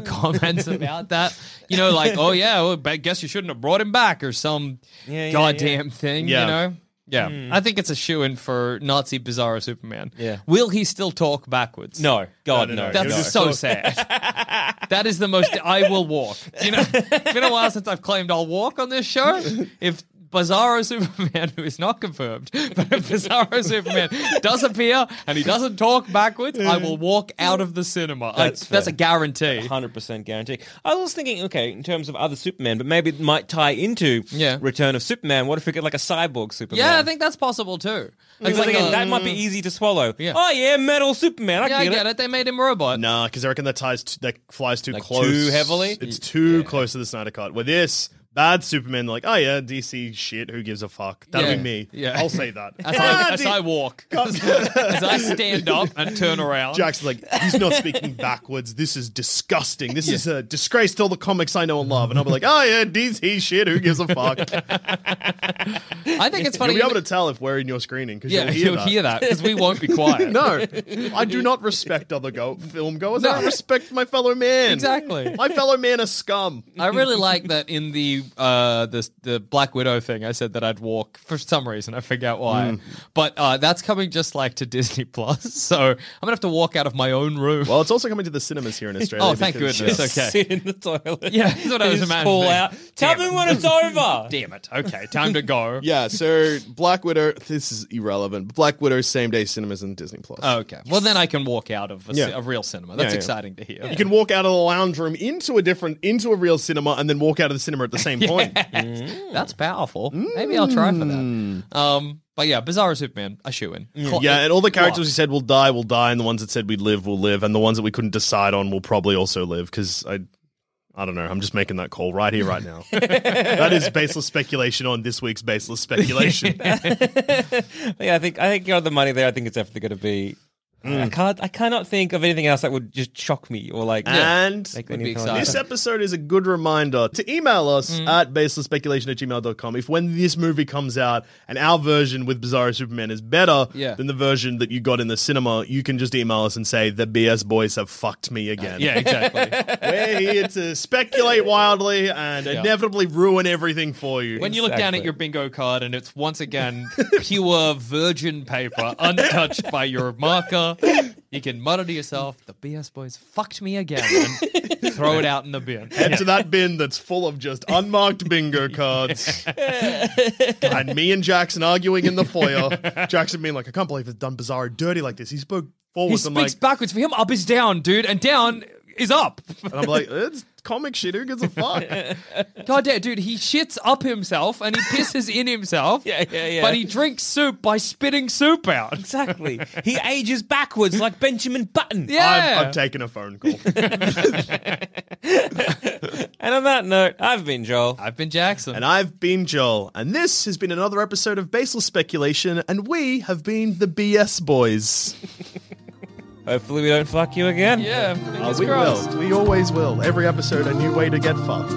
comments about that. You know, like oh yeah, well, I guess you shouldn't have brought him back or some
Yeah, yeah, Hmm.
goddamn thing.
Yeah.
You know. Yeah, I think it's a shoe in for Nazi Bizarro Superman.
Yeah.
will he still talk backwards?
No, God,
No, no,
no.
no.
no.
That's
You'll just
so
talk-
sad. that is the most I will walk. You know, it's been a while since I've claimed I'll walk on this show. If Bizarro Superman, who is not confirmed, but if Bizarro Superman does appear and he doesn't talk backwards, I will walk out of the cinema. That's,
That's
that's a
fair.
guarantee.
Hundred percent guarantee. I was thinking, okay, in terms of other Superman, but maybe it might tie into
Yeah.
Return of Superman. What if we get like a cyborg Superman?
Yeah, I think that's possible too.
Because
It's like
again,
a- Mm.
that might be easy to swallow.
Yeah.
Oh yeah, metal Superman. I
yeah, I
get,
get it. They made him a robot.
Nah, because I reckon that ties t- that flies too
Like
close.
too heavily?
It's too close to the Snyder Cut. With this bad Superman, like oh yeah, DC shit. Who gives a fuck? That'll
Yeah.
be me.
Yeah.
I'll say that.
As,
Ah,
I, as
D-
I walk, as I stand up and turn around.
Jackson's like, he's not speaking backwards. This is disgusting. This is a disgrace to all the comics I know and love. And I'll be like, oh yeah, DC shit. Who gives a fuck?
I think it's
You'll
funny.
be able to tell if we're in your screening because
yeah,
you'll hear
you'll
that.
hear that because we won't be quiet.
No, I do not respect other go- film goers. I
No.
respect my fellow man.
Exactly.
My fellow man is scum.
I really like that in the uh the the Black Widow thing. I said that I'd walk for some reason. I forget
Hmm.
why, but uh, that's coming just like to Disney Plus. So I'm gonna have to walk out of my own room.
Well, it's also coming to the cinemas here in Australia.
Oh, thank
because,
goodness.
uh,
It's okay.
Sit in the toilet.
Yeah, that's what I
And
was
just
imagining.
Call out. Tell
Damn
me
it.
when it's over.
Damn it! Okay, time to go.
Yeah, so Black Widow. This is irrelevant. but Black Widow, same day cinemas and Disney Plus.
Okay. Well, then I can walk out of a, ci-
Yeah.
a real cinema. That's
yeah.
exciting to hear.
you can walk out of the lounge room into a different, into a real cinema, and then walk out of the cinema at the same point.
That's powerful. Maybe I'll try for that. Um, but yeah, Bizarro Superman, a shoe in.
Hmm. Yeah, and all the characters who said will die will die, and the ones that said we'd live will live, and the ones that we couldn't decide on will probably also live. Because I, I don't know. I'm just making that call right here, right now. that is baseless speculation on this week's baseless speculation.
Yeah, I think I think you're on the money there. I think it's definitely going to be. uh,
Mm.
I can't. I cannot think of anything else that would just shock me or like.
and
Like
Would be
anything like
exciting.
This episode is a good reminder to email us
Mm.
at baselessspeculation at gmail.com if when this movie comes out and our version with Bizarro Superman is better
Yeah.
than the version that you got in the cinema, you can just email us and say, The BS boys have fucked me again.
Uh, Yeah, exactly.
We're here to speculate wildly and inevitably ruin everything for you.
When you look down at your bingo card and it's once again pure virgin paper, untouched by your marker, you can mutter to yourself, the BS boys fucked me again, and throw it out in the bin.
Head to that bin that's full of just unmarked bingo cards. and me and Jackson arguing in the foyer. Jackson being like, I can't believe it's done Bizarro dirty like this. He spoke
He
forwards. I'm
speaks
like,
backwards. For him, up is down, dude, and down is up.
And I'm like, it's comic shit. Who gives a fuck?
God damn, dude, he shits up himself and he pisses in himself.
Yeah, yeah, yeah.
But he drinks soup by spitting soup out.
Exactly. he ages backwards like Benjamin Button.
Yeah.
I've, I've taken a phone call.
And on that note, I've been Joel.
I've been Jackson.
and I've been Joel. And this has been another episode of Baseless Speculation. And we have been the BS Boys.
Hopefully, we don't fuck you again.
yeah,
Uh,
fingers
we
crossed.
will. We always will. Every episode, a new way to get fucked.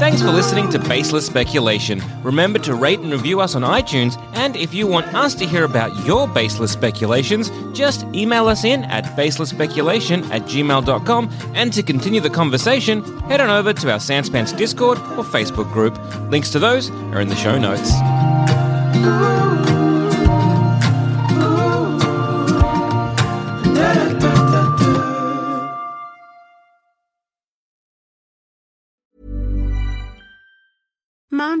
Thanks for listening to Baseless Speculation. Remember to rate and review us on iTunes, and if you want us to hear about your baseless speculations, just email us in at baselessspeculation at gmail.com, and to continue the conversation, head on over to our Sanspants Discord or Facebook group. Links to those are in the show notes.
Mom